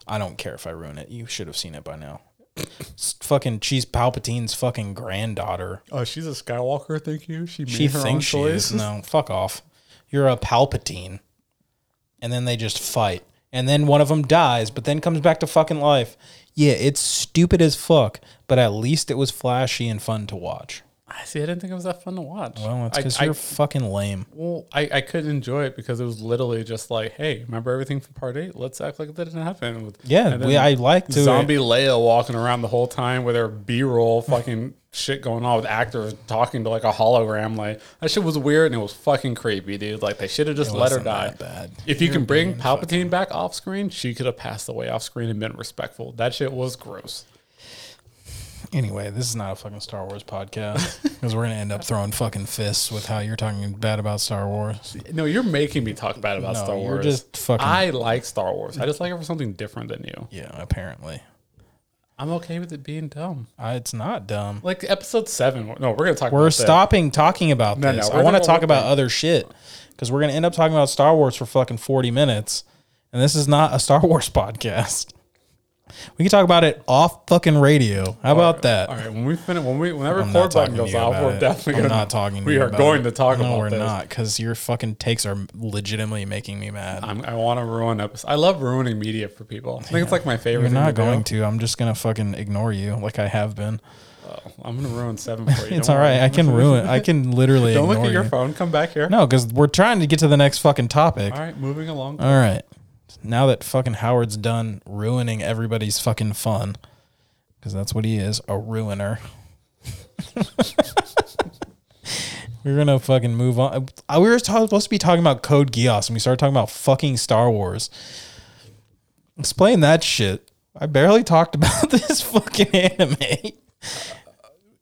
I don't care if I ruin it. You should have seen it by now. It's fucking, she's Palpatine's fucking granddaughter. Oh, she's a Skywalker. Thank you. She made She thinks she is. No, fuck off. You're a Palpatine. And then they just fight. And then one of them dies, but then comes back to fucking life. Yeah, it's stupid as fuck, but at least it was flashy and fun to watch. I see. I didn't think it was that fun to watch. Well, it's I- because I- you're fucking lame. Well, I, I couldn't enjoy it because it was literally just like, hey, remember everything from part eight? Let's act like that didn't happen. With, Yeah, and then we, I like to. zombie Leia walking around the whole time with her B roll fucking shit going on with actors talking to like a hologram. Like that shit was weird and it was fucking creepy, dude. Like they should have just let her wasn't die. that bad. If you can bring Palpatine back off screen, she could have passed away off screen and been respectful. That shit was gross. Anyway, this is not a fucking Star Wars podcast because we're gonna end up throwing fucking fists with how you're talking bad about Star Wars. No, you're making me talk bad about No, Star you're Wars. just fucking. I like Star Wars. I just like it for something different than you. yeah, apparently, I'm okay with it being dumb. I, it's not dumb. Like episode seven. No, we're gonna talk. We're about that. stopping talking about No, no, this. we're I want to talking talk about about other shit because we're gonna end up talking about Star Wars for fucking forty minutes, and this is not a Star Wars podcast. We can talk about it off fucking radio. How about that? All right, when we finish, when we when that I'm not record talking button to goes you off, about we're it. definitely I'm gonna, not talking. To we you are about going it. to talk no, about we're this. not because your fucking takes are legitimately making me mad. I'm, I want to ruin episodes. I love ruining media for people. I think it's like my favorite. You're thing not to do. going to. I'm just gonna fucking ignore you like I have been. I'm gonna ruin seven for you. It's Don't all right. worry. I can ruin. I can literally Don't ignore look at your you. phone. Come back here. No, because we're trying to get to the next fucking topic. All right, moving along. All right. Now that fucking Howard's done ruining everybody's fucking fun, because that's what he is a ruiner. We're gonna fucking move on. Uh, We were ta- supposed to be talking about Code Geass, and we started talking about fucking Star Wars. Explain that shit. I barely talked about this fucking anime.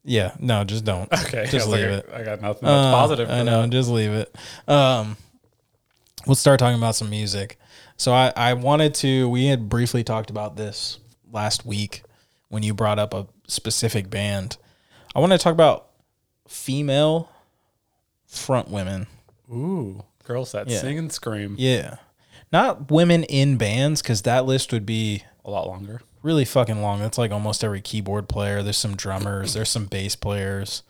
Yeah, no, just don't. okay, just I was leave like, it. I got nothing. That's Uh, positive. I for know. that. Just leave it. Um, we'll start talking about some music. So I, I wanted to. We had briefly talked about this last week when you brought up a specific band. I want to talk about female front women. Ooh, girls that sing and scream Yeah, not women in bands because that list would be a lot longer. really fucking long. That's like almost every keyboard player. There's some drummers. There's some bass players.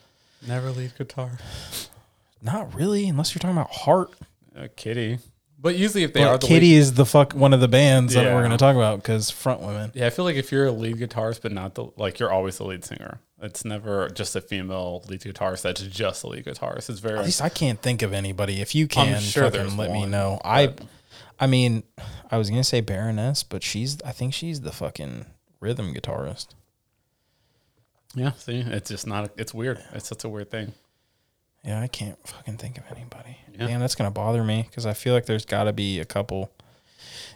Never lead guitar. Not really, unless you're talking about heart. Uh, kitty. But usually, if they Well, are the Kitty lead, is the fuck one of the bands that we're Yeah. going to talk about because front women. yeah, I feel like if you're a lead guitarist, but not the like, you're always the lead singer. It's never just a female lead guitarist. That's just a lead guitarist. It's very At least I can't think of anybody. If you can, sure fucking there's let me one, know. I, I mean, I was gonna say Baroness, but she's. I think she's the fucking rhythm guitarist. yeah. See, it's just not. It's weird. It's such a weird thing. Yeah, I can't fucking think of anybody. Yeah. Damn, that's gonna bother me because I feel like there's got to be a couple.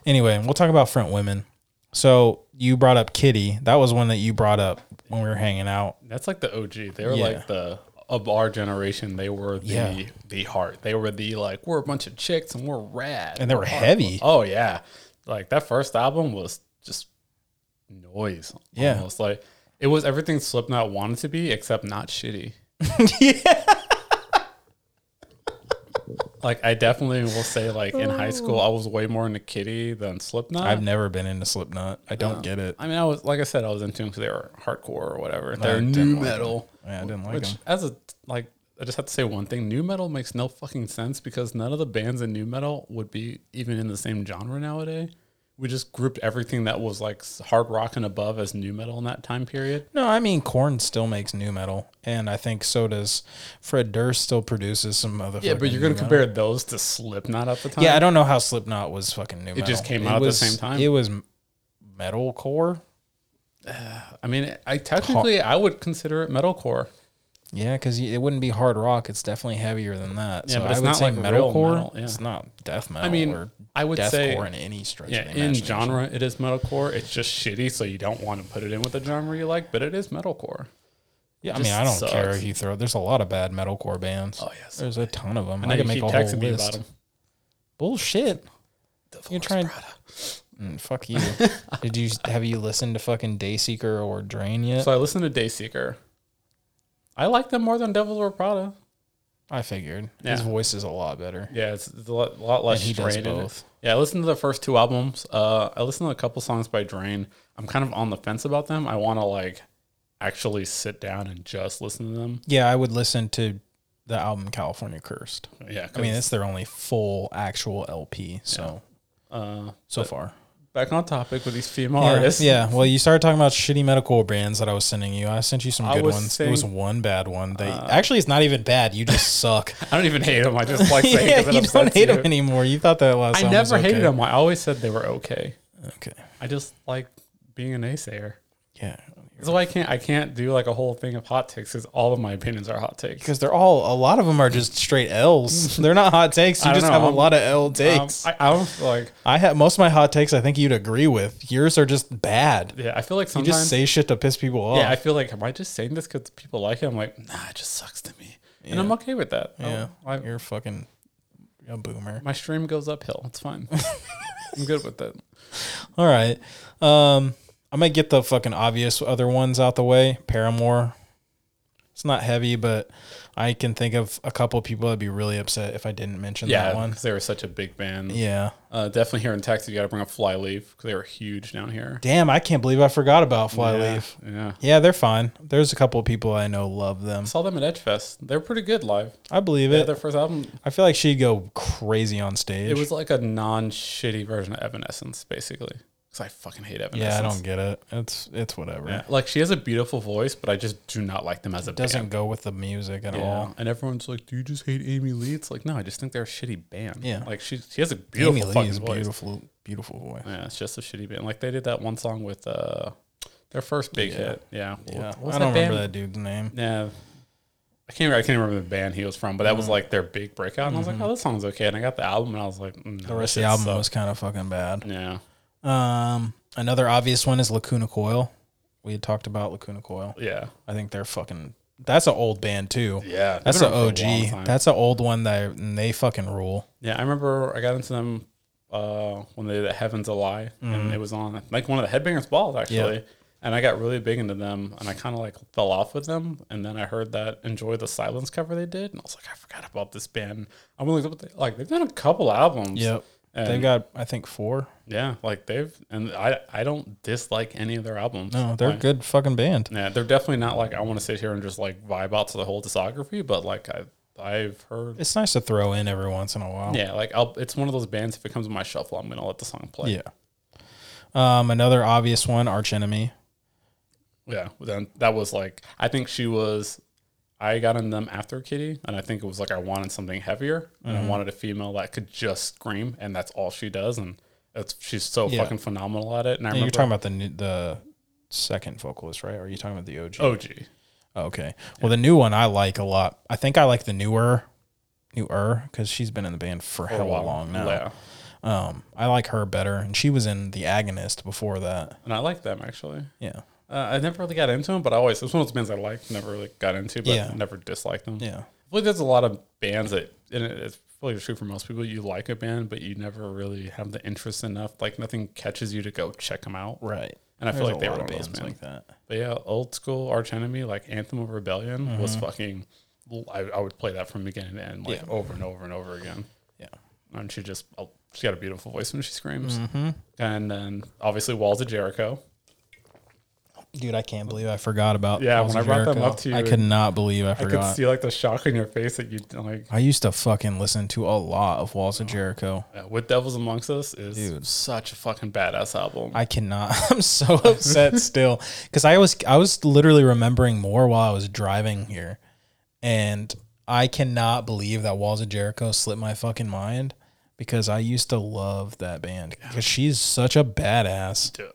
Anyway, we'll talk about front women. So you brought up Kitty. That was one that you brought up when we were hanging out. That's like the OG. They were Yeah. like the of our generation. They were the Yeah. the heart. They were the like we're a bunch of chicks and we're rad. And they were We're hard. heavy. Oh yeah, like that first album was just noise. Yeah. almost like it was everything Slipknot wanted to be, except not shitty. yeah. Like I definitely will say, like in high school, I was way more into Kitty than Slipknot. Oh. I've never been into Slipknot. I don't get it. uh, I mean, I was like I said, I was into them because they were hardcore or whatever. I They're didn't new like metal. Yeah, I didn't like Which, them. as a like, I just have to say one thing: new metal makes no fucking sense because none of the bands in new metal would be even in the same genre nowadays. We just grouped everything that was like s- hard rock and above as new metal in that time period. No, I mean Korn still makes new metal, and I think so does Fred Durst. Still produces some other. Yeah, but you're gonna compare those to Slipknot at the time. Yeah, I don't know how Slipknot was fucking new. It just came out at the was- same time? It was metalcore. I mean, I technically I would consider it metalcore. Yeah, because it wouldn't be hard rock. It's definitely heavier than that. Yeah, so but it's I would not say like real metalcore. metal, yeah. It's not death metal. I mean, or I would say deathcore in any stretch. Yeah, of the in imagination. genre it is metalcore. It's just shitty, so you don't want to put it in with the genre you like, but it is metalcore. Yeah, I just mean, I don't care sucks. if you throw. There's a lot of bad metalcore bands. Oh, yes. there's a ton of them. I I, know you can make keep a whole texting me about list. them. Bullshit. You're trying. Mm, fuck you. Did you have you listened to fucking Dayseeker or Drain yet? So I listened to Dayseeker. I like them more than Devil Wear Prada. I figured his Yeah. voice is a lot better. Yeah, it's, it's a lot, lot less And he does strain in it. both. Yeah, I listened to the first two albums. Uh, I listened to a couple songs by Drain. I'm kind of on the fence about them. I want to like actually sit down and just listen to them. Yeah, I would listen to the album California Cursed. Yeah, I mean, it's their only full actual LP. So uh, so far. back on topic with these female Yeah, artists. yeah. Well, you started talking about shitty medical bands that I was sending you. I sent you some I good was ones. there was saying- uh, one bad one. That actually, it's not even bad. You just suck. I don't even hate them. I just like saying yeah, that you don't upsets hate you. them anymore. You thought that last. I album was never hated okay. them. I always said they were okay. Okay. I just like being a naysayer. Yeah. That's why I can't I can't do like a whole thing of hot takes because all of my opinions are hot takes. Because they're all, a lot of them are just straight L's. they're not hot takes. You I don't just know, have a I'm- lot of L Um, takes. I, I don't like I, have most of my hot takes. I think you'd agree with. Yours are just bad. yeah. I feel like You sometimes just say shit to piss people off. yeah. I feel like am I just saying this because people like it? I'm like nah, it just sucks to me, and I'm okay with that. yeah. Oh, I- You're fucking a boomer. my stream goes uphill. It's fine. I'm good with it. All right. Um, I might get the fucking obvious other ones out the way. Paramore. It's not heavy, but I can think of a couple people that'd be really upset if I didn't mention Yeah, that one. because they were such a big band. Yeah. Uh, definitely here in Texas, you got to bring up Flyleaf because they were huge down here. Damn, I can't believe I forgot about yeah, Flyleaf. Yeah. Yeah, they're fine. There's a couple of people I know love them. Saw them at Edgefest. They were pretty good live. I believe Yeah, it. their first album, I feel like she'd go crazy on stage. it was like a non-shitty version of Evanescence, basically. Because I fucking hate Evanescence. yeah, I don't get it. It's it's whatever. Yeah, Like she has a beautiful voice, but I just do not like them as a Doesn't band. go with the music at all. Yeah. And everyone's like, "Do you just hate Amy Lee?" It's like, no, I just think they're a shitty band. Yeah. Like she she has a beautiful Amy fucking Lee is voice. beautiful, beautiful voice. Yeah, it's just a shitty band. Like they did that one song with uh their first big Yeah. hit. Yeah. Yeah, What- what was I don't that remember band? that dude's name. Yeah. I can't, I can't remember the band he was from, but that Mm-hmm. was like their big breakout. And I was like, oh, this song's okay. And I got the album and I was like, mm, The rest of the album was kind of fucking bad. Yeah. Um, another obvious one is Lacuna Coil. We had talked about Lacuna Coil. Yeah. I think they're fucking. That's an old band too. Yeah. That's an They've been around for a long OG. time. That's an old one that and they fucking rule. yeah. I remember I got into them uh, when they did Heaven's a Lie Mm-hmm. and it was on like one of the Headbangers Balls actually. And I got really big into them and I kind of like fell off with them. And then I heard that Enjoy the Silence cover they did. And I was like, I forgot about this band. I'm like, what the- like they've done a couple albums. And They've got I think four. yeah, like they've, and I, I don't dislike any of their albums. No, they're Like, a good fucking band. Yeah, they're definitely not like I want to sit here and just like vibe out to the whole discography, but like I I've heard It's nice to throw in every once in a while. yeah, like I'll it's one of those bands if it comes on my shuffle, I'm gonna let the song play. Yeah. Um, another obvious one, Arch Enemy. yeah. Then that was like I think she was I got in them after Kitty, and I think it was like I wanted something heavier, and Mm-hmm. I wanted a female that could just scream, and that's all she does, and it's she's so Yeah. fucking phenomenal at it. And I You're remember talking about the new, the second vocalist, right? Or are you talking about the OG? OG. Okay. Well, the new one I like a lot. I think I like the newer, newer, because she's been in the band for, how long now? Yeah, Um, I like her better, and she was in the Agonist before that. and I like them actually. Yeah, Uh, I never really got into them, but I always it's one of those bands I liked, never really got into, but Yeah. never disliked them. yeah, I feel like there's a lot of bands that, and it- it's probably true for most people, you like a band, but you never really have the interest enough. Like nothing catches you to go check them out. right. And I feel There's like they a were lot one of of those bands bands. like that. But yeah, old school Arch Enemy, like Anthem of Rebellion, was fucking. I, I would play that from beginning to end, like Mm-hmm. Yeah. over and over and over again. Yeah. And she just, oh, she got a beautiful voice when she screams. Mm-hmm. And then obviously Walls of Jericho. Dude, I can't believe I forgot about. Yeah, Walls when of I brought them Jericho. up to you, I could not believe I I could forgot. I, see like the shock on your face that you like. used to fucking listen to a lot of Walls of Jericho. Yeah, uh, With Devils Amongst Us is Dude. such a fucking badass album. I cannot. I'm so upset still because I was I was literally remembering more while I was driving here, and I cannot believe that Walls of Jericho slipped my fucking mind because I used to love that band because she's such a badass. Yeah.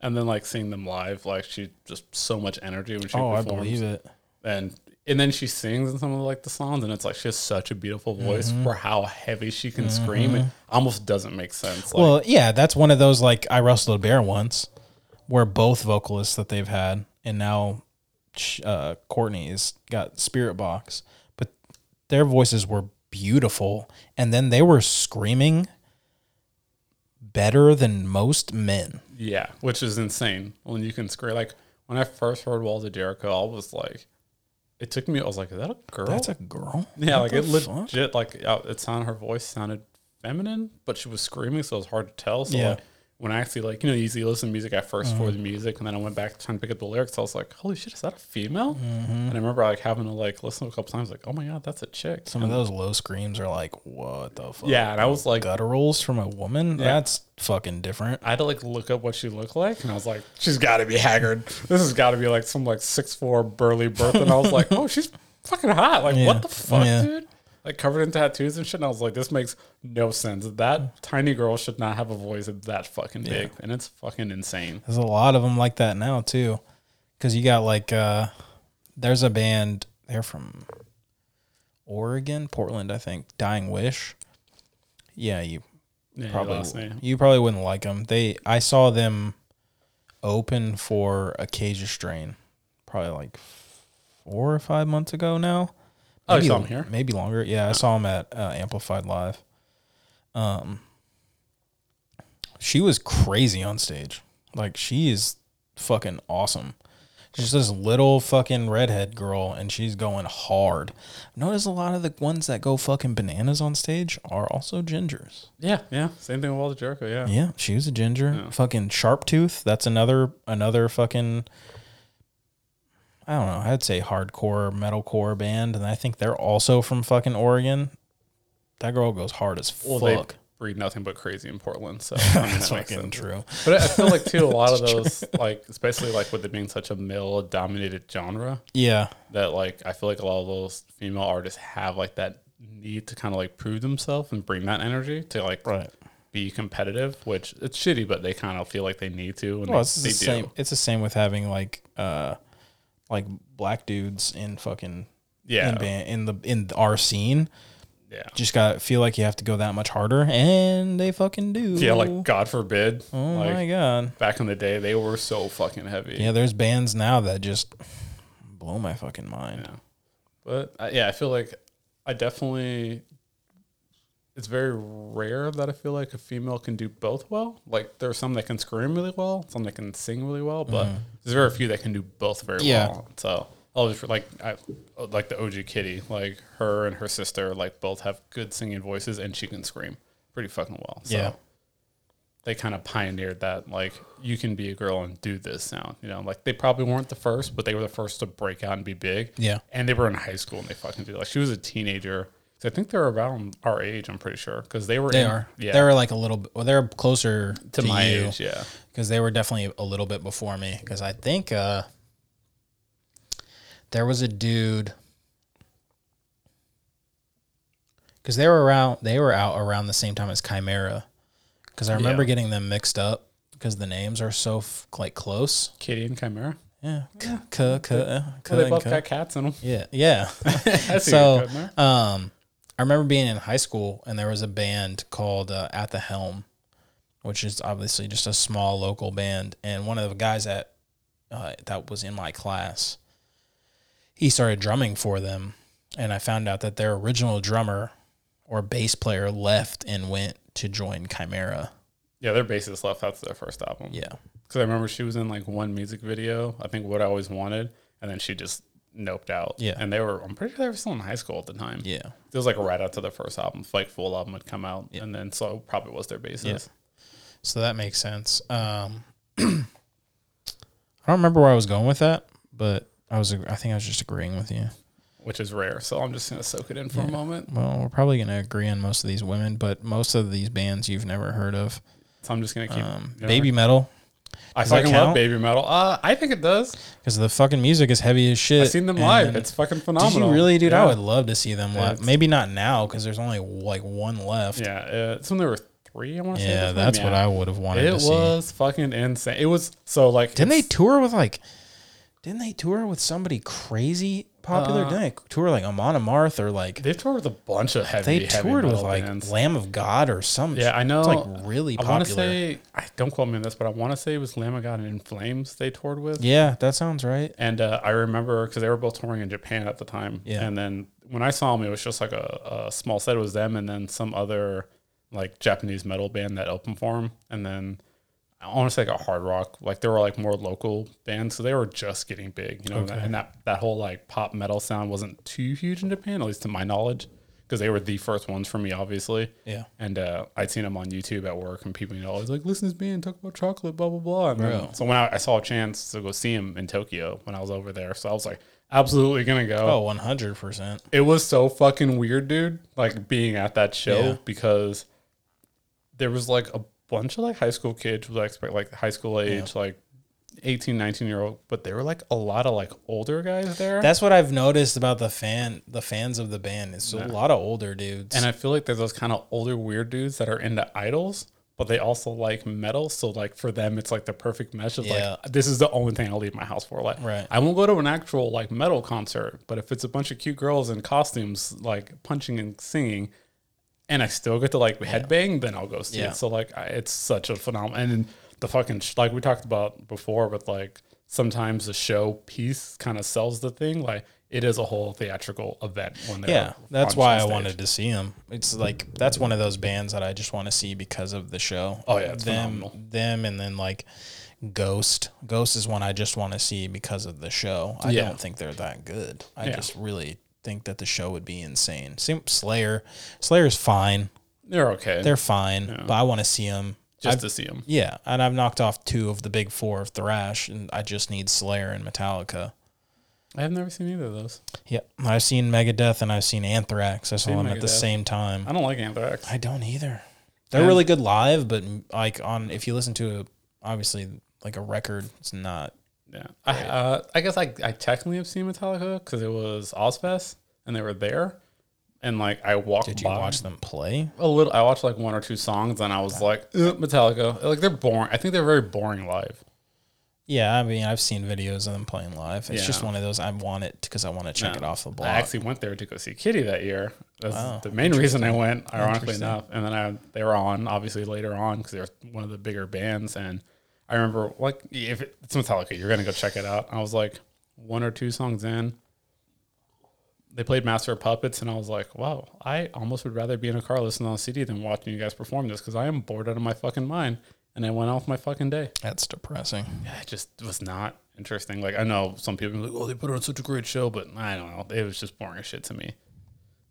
And then like seeing them live, like she just so much energy when she Oh, I performs. believe it. And and then she sings in some of like the songs, and it's like she has such a beautiful voice Mm-hmm. for how heavy she can scream. It almost doesn't make sense. Like, Well, yeah, that's one of those like I wrestled a bear once, where both vocalists that they've had, and now sh- uh, Courtney's got Spirit Box, but their voices were beautiful, and then they were screaming better than most men. yeah, which is insane. When you can scream, like when I first heard Walls of Jericho, I was like, it took me. I was like, is that a girl? That's a girl. yeah, What like it the fuck? legit. Like uh, it sounded her voice sounded feminine, but she was screaming, so it was hard to tell. So Yeah. Mm-hmm. like, when I actually like you know you usually listen to music at 1st for the music, and then I went back trying to pick up the lyrics. I was like, holy shit, is that a female? Mm-hmm. And I remember like having to like listen a couple times, like oh my god, that's a chick. Some oh of those low screams are like, what the fuck? yeah, and I was like. Gutturals from a woman? That's fucking different. I had to like look up what she looked like, and I was like, "She's got to be haggard. This has got to be like some like six four burly birth." And I was like, "Oh, she's fucking hot! Like, Yeah. what the fuck, Yeah. dude? Like covered in tattoos and shit." And I was like, "This makes no sense. That tiny girl should not have a voice that fucking big, and it's fucking insane." There's a lot of them like that now too. Because you got like, uh, there's a band, they're from Oregon, Portland, I think, Dying Wish. Yeah, you Yeah, probably last name. you probably wouldn't like them. They I saw them open for Acacia Strain probably like four or five months ago now. Oh, you saw l- 'em here? Oh. Maybe longer. Yeah, I saw them at uh, Amplified Live. Um, she was crazy on stage. Like she is fucking awesome. She's this little fucking redhead girl, and she's going hard. Notice a lot of the ones that go fucking bananas on stage are also gingers. Yeah, yeah. Same thing with Walter Jericho. Yeah. Yeah, she was a ginger. Yeah. Fucking sharp tooth. That's another another fucking. I don't know. I'd say hardcore metalcore band, and I think they're also from fucking Oregon. That girl goes hard as Well, fuck. they breed nothing but crazy in Portland, so I mean, That's that makes fucking sense. true. But I feel like too a lot of those, like especially like with it being such a male-dominated genre, Yeah, that like I feel like a lot of those female artists have like that need to kind of like prove themselves and bring that energy to like right. be competitive, which it's shitty, but they kind of feel like they need to. And Well, they, it's they the same. do. It's the same with having like uh, like black dudes in fucking Yeah, in, band, in the in our scene. yeah, Just got feel like you have to go that much harder, and they fucking do. yeah. Like God forbid, oh like my god. back in the day, they were so fucking heavy. Yeah, there's bands now that just blow my fucking mind. Yeah. But I, yeah, I feel like I definitely. It's very rare that I feel like a female can do both well. Like there are some that can scream really well, some that can sing really well, but there's very few that can do both very Mm-hmm. Yeah. well. So I was like, I like the OG Kitty, like her and her sister, like both have good singing voices, and she can scream pretty fucking well. So Yeah. they kind of pioneered that like you can be a girl and do this sound you know like they probably weren't the first but they were the first to break out and be big Yeah. and they were in high school and they fucking did it. like she was a teenager so i think they're around our age i'm pretty sure because they were They in- are. yeah They're like a little bit, well, they're closer to, to, my you age yeah because they were definitely a little bit before me. Because I think uh, there was a dude. Because they were around, they were out around the same time as Chimera. Because I remember Yeah. getting them mixed up because the names are so f- like close. kitty and chimera Yeah, K- K- K- uh, K well, they and both K. got cats in them Yeah, yeah. I see so, you're good there. um, I remember being in high school and there was a band called uh, At the Helm, which is obviously just a small local band. And one of the guys that uh, that was in my class, he started drumming for them, and I found out that their original drummer or bass player left and went to join Chimera. yeah their bassist left that's their first album Yeah, because i remember she was in like one music video i think what i always wanted and then she just noped out Yeah. and they were i'm pretty sure they were still in high school at the time yeah. It was like right after the first album, like full album had come out, and then so it probably was their basis. So that makes sense. Um, I don't remember where I was going with that, but I was I think I was just agreeing with you. which is rare. So I'm just gonna soak it in for a moment. Well, we're probably going to agree on most of these women, but most of these bands you've never heard of. So I'm just gonna keep Um, you know, Baby metal, I does that fucking love count? baby metal. Uh, I think it does. because the fucking music is heavy as shit. I've seen them live. and- It's fucking did phenomenal. you really, dude? Yeah. I would love to see them live. It's- Maybe not now because there's only like one left. Yeah, Yeah, uh, it's when there were three. I want to say. at the time. that's what Yeah. I would have wanted It to see. was fucking insane. It was so like. Didn't they it's- tour with like? Didn't they tour with somebody crazy popular? Uh, didn't they tour like Amon Amarth or like? They toured with a bunch of heavy. They heavy toured with metal like bands. Lamb of God or some. Yeah, I know. It's like really I want popular. to say. I don't quote me on this, but I want to say it was Lamb of God and In Flames they toured with. yeah, that sounds right. And uh, I remember because they were both touring in Japan at the time. Yeah. And then when I saw them, it was just like a, a small set. It was them and then some other like Japanese metal band that opened for them. And then I want to say like a hard rock. Like there were like more local bands. So they were just getting big, you know. and that- And that, that whole like pop metal sound wasn't too huge in Japan, at least to my knowledge, because they were the first ones for me, obviously. Yeah. And uh, I'd seen him on YouTube at work, and people, you know, always like, listen to this band, talk about chocolate, blah, blah, blah. And Bro. then, so when I, I saw a chance to go see him in Tokyo when I was over there, so I was like, absolutely going to go. Oh, 100%. It was so fucking weird, dude, like being at that show Yeah. because there was like a bunch of like high school kids, was expect like high school age, like 18, 19 year old, but there were like a lot of like older guys there. That's what I've noticed about the fan, the fans of the band. It's a lot of older dudes. And I feel like there's those kind of older weird dudes that are into idols, but they also like metal. So like for them, it's like the perfect mesh. Of Yeah. like this is the only thing I'll leave my house for. Like Right. I won't go to an actual like metal concert, but if it's a bunch of cute girls in costumes like punching and singing, and I still get to like headbang, then I'll go see Yeah. it. So like I, it's such a phenomenon. And then the fucking sh- like we talked about before with like sometimes the show piece kind of sells the thing. Like it is a whole theatrical event when they're Yeah, that's on why I stage. wanted to see them. It's like that's one of those bands that I just want to see because of the show. Oh, yeah, it's them, phenomenal. them, and then like Ghost. Ghost is one I just want to see because of the show. I Yeah. don't think they're that good. I Yeah. just really think that the show would be insane. Same Slayer. Slayer's fine. They're okay. They're fine, but I want to see them. just to see them. Yeah, and I've knocked off two of the big four of thrash, and I just need Slayer and Metallica. I have never seen either of those. Yeah, I've seen Megadeth and I've seen Anthrax. I saw them at the Megadeth. same time. I don't like Anthrax. I don't either. They're really good live, but m- like on if you listen to a obviously like a record, it's not. Yeah. I, uh, I guess I, I technically have seen Metallica because it was Ozfest and they were there. And like I walked Did you by watch them play? a little. I watched like one or two songs and I was like, "Ugh, Metallica. Like they're boring. I think they're very boring live. Yeah, I mean I've seen videos of them playing live. It's just Yeah. one of those I want it because I want to check Yeah. it off the block. I actually went there to go see Kitty that year. That's the main reason I went, ironically enough. And then I, they were on, obviously, later on because they're one of the bigger bands. And I remember, like, if it's Metallica, you're going to go check it out. I was like, one or two songs in, they played Master of Puppets, and I was like, wow, I almost would rather be in a car listening on CD than watching you guys perform this because I am bored out of my fucking mind. And I went off my fucking day. That's depressing. I just was not interesting. Like I know some people are like, oh, they put on such a great show, but I don't know. It was just boring as shit to me.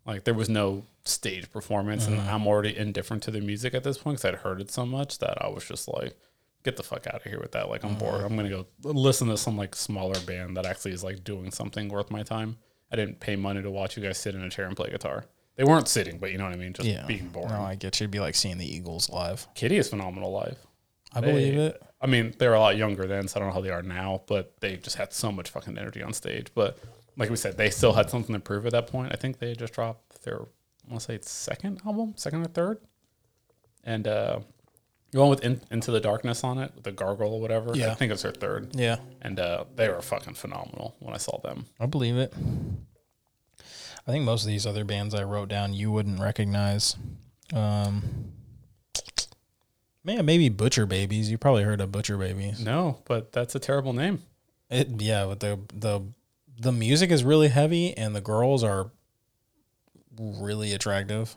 Like there was no stage performance, Mm-hmm. and I'm already indifferent to the music at this point because I'd heard it so much that I was just like, get the fuck out of here with that. Like I'm Mm-hmm. bored. I'm gonna go listen to some like smaller band that actually is like doing something worth my time. I didn't pay money to watch you guys sit in a chair and play guitar. They weren't sitting, but you know what I mean. Just Yeah, being boring. No, I get you. It'd be like seeing the Eagles live. Kitty is phenomenal live. I believe it. I mean, they were a lot younger then, so I don't know how they are now, but they just had so much fucking energy on stage. But like we said, they still had something to prove at that point. I think they had just dropped their, I want to say it's second album, second or third. And uh, the one with In- Into the Darkness on it, with the gargoyle or whatever. Yeah. I think it's their third. Yeah, And uh, they were fucking phenomenal when I saw them. I believe it. I think most of these other bands I wrote down you wouldn't recognize. Um, man, maybe Butcher Babies. You probably heard of Butcher Babies. No, but that's a terrible name. It yeah, but the the the music is really heavy and the girls are really attractive.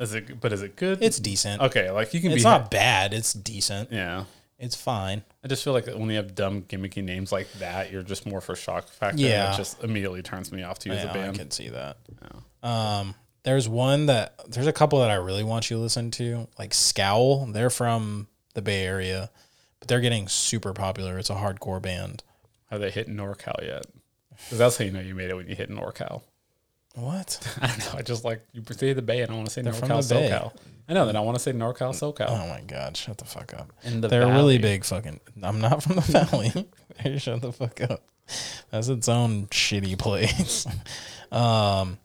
Is it? But is it good? It's decent. okay. Like you can It's be. not bad. It's decent. yeah. It's fine. I just feel like when you have dumb gimmicky names like that, you're just more for shock factor. Yeah. it just immediately turns me off to you as Yeah, a I band. can see that. Um, there's one that there's a couple that I really want you to listen to, like Scowl. They're from the Bay Area, but they're getting super popular. It's a hardcore band. Have they hit NorCal yet? Because that's how you know you made it when you hit NorCal. What? I don't know. I just like you say the Bay, and I want to say from NorCal, the Bay. SoCal. I know. Then I want to say NorCal, SoCal. Oh my God! Shut the fuck up. In the They're really valley. big. Fucking. I'm not from the valley. Hey, Shut the fuck up. That's its own shitty place. um,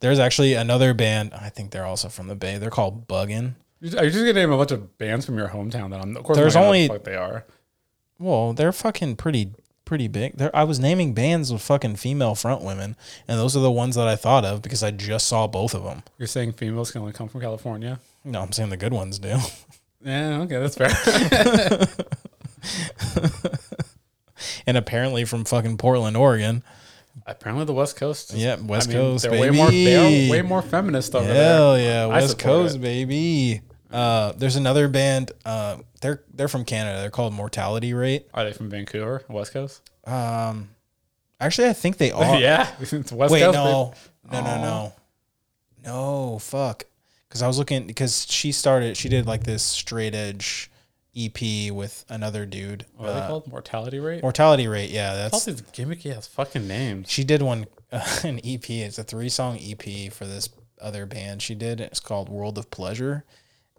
there's actually another band. I think they're also from the Bay. They're called Buggin. You're- Are you just gonna name a bunch of bands from your hometown? That I'm of course I'm There's not gonna know only- the fuck they are. Well, they're fucking pretty pretty big. They're, I was naming bands with fucking female front women, and those are the ones that I thought of because I just saw both of them. You're saying females can only come from California? No, I'm saying the good ones do. Yeah. Okay, that's fair. and apparently from fucking Portland, Oregon. Apparently, the West Coast. is- Yeah, West Coast, They're way more. They baby. are way more feminist over there. Hell yeah, I West support Coast baby. Uh, there's another band. Uh, they're they're from Canada. They're called Mortality Rate. Are they from Vancouver, West Coast? Um, actually, I think they are. yeah, it's West Wait, Coast. no, no, no, no, no, fuck. Because I was looking because she started. She did like this straight edge EP with another dude. What are they called? Mortality rate? Mortality Rate. Yeah, all that's these gimmicky ass fucking names. she did one an EP. It's a three song EP for this other band she did. It's called World of Pleasure,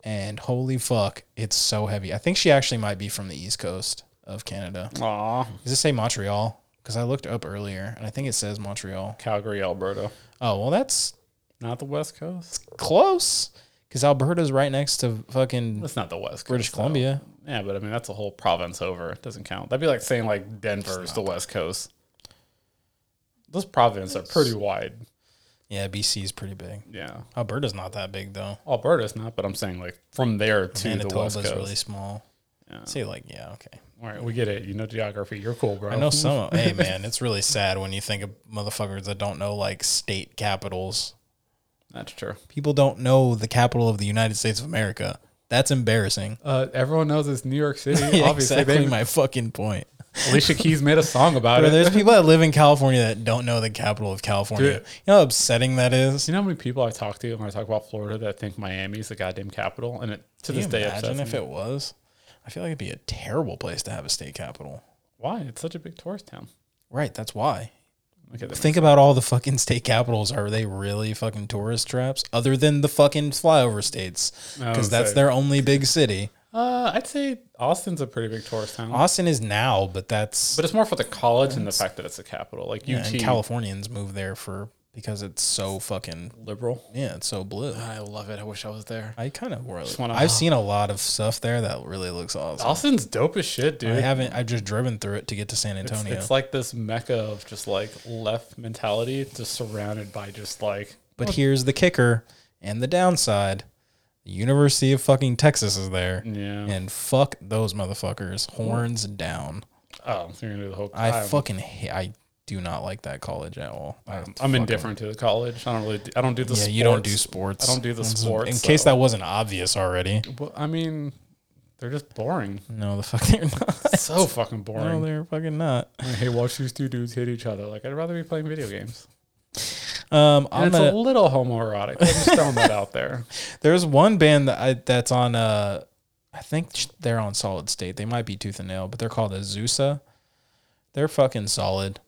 and holy fuck, it's so heavy. I think she actually might be from the East Coast of Canada. Aw. Does it say Montreal? Because I looked up earlier, and I think it says Montreal. Calgary, Alberta. Oh well, that's Not the West Coast. close. because Alberta's right next to fucking That's not the West Coast. British though. Columbia. Yeah, but I mean that's a whole province over. It doesn't count. That'd be like saying like Denver's the West Coast. Those provinces are pretty wide. Yeah, BC is pretty big. Yeah. Alberta's not that big though. Alberta's not, but I'm saying like from there to the West Manitoba's Coast. really small. Yeah. Say like, yeah, okay. All right, we get it. You know geography. You're cool, bro. I know some. of- hey, man, it's really sad when you think of motherfuckers that don't know like state capitals. That's true. People don't know the capital of the United States of America. That's embarrassing. Uh, everyone knows it's New York City. Yeah, Obviously, exactly they, my fucking point. Alicia Keys made a song about Bro, it. there's people that live in California that don't know the capital of California. Dude. You know how upsetting that is. Do you know how many people I talk to when I talk about Florida that think Miami's the goddamn capital? And it to Can you this day upsets imagine me. if it was? I feel like it'd be a terrible place to have a state capital. Why? It's such a big tourist town. Right, that's why. Okay, that Think about all the fucking state capitals. Are they really fucking tourist traps? Other than the fucking flyover states, I because would that's say- their only big city. Uh, I'd say Austin's a pretty big tourist town, Austin is now, but that's but it's more for the college and the fact that it's the capital. Like yeah, UT, and Californians move there for because it's so fucking liberal. yeah, it's so blue. I love it. I wish I was there. I kind of really. wanna- I've seen a lot of stuff there that really looks awesome. Austin's dope as shit, I dude. haven't. I've just driven through it to get to San Oh, Antonio. It's like this mecca of just like left mentality, just surrounded by just like but here's the kicker and the downside: the University of fucking Texas is there, yeah. and fuck those motherfuckers, horns down. Oh, so you're gonna do the whole. I I'm- fucking hate. I do not like that college at all. I I'm, fucking- indifferent to the college. I don't really. Do, I don't do the. Yeah, you don't do sports. sports. I don't do the That's- sports, In case so- that wasn't obvious already. Well, I mean, they're just boring. No, the fuck they're not. so fucking No, boring. they're fucking not. hey, watch these two dudes hit each other. Like, I'd rather be playing video games. Um, I'm And it's gonna- a little homoerotic. I'm just throwing that out there. there's one band that I, that's on. Uh, I think sh- they're on Solid State. They might be Tooth and Nail, but they're called Azusa. They're fucking solid.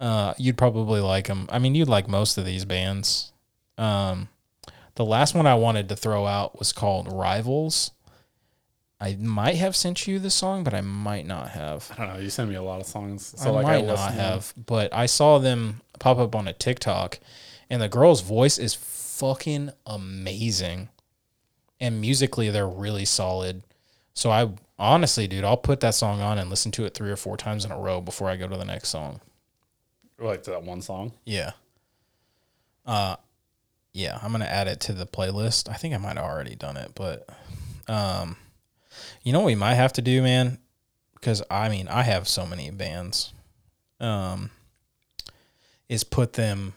Uh, you'd probably like them. I mean, you'd like most of these bands. Um, the last one I wanted to throw out was called Rivals. I might have sent you the song, but I might not have. I don't know. You send me a lot of songs, so I like might I not listen to them. have, but I saw them pop up on a TikTok, and the girl's voice is fucking amazing, and musically they're really solid. So I honestly, dude, I'll put that song on and listen to it three or four times in a row before I go to the next song. like that one song. Yeah. Uh, yeah, I'm gonna add it to the playlist. I think I might have already done it, but um, you know what we might have to do, man? Because I mean, I have so many bands. Um, is put them,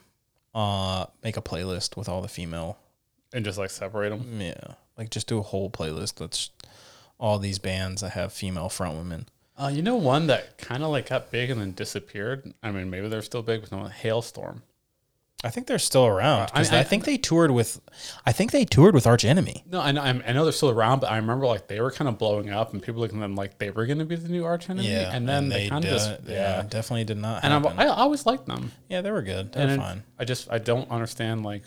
uh, make a playlist with all the female. and just like separate them. Yeah, like just do a whole playlist that's all these bands that have female front women. Uh, you know, one that kind of like got big and then disappeared. I mean, maybe they're still big, but no, Hailstorm. I think they're still around. 'cause Uh, I- I think they toured with, I think they toured with Arch Enemy. No, I know, I'm- I know they're still around, but I remember like they were kind of blowing up, and people looking at them like they were going to be the new arch enemy. Yeah, E, and then they, kind of did- just yeah. definitely did not. And I'm, happen. I I always liked them. yeah, they were good. They And were I- fine. I just I don't understand like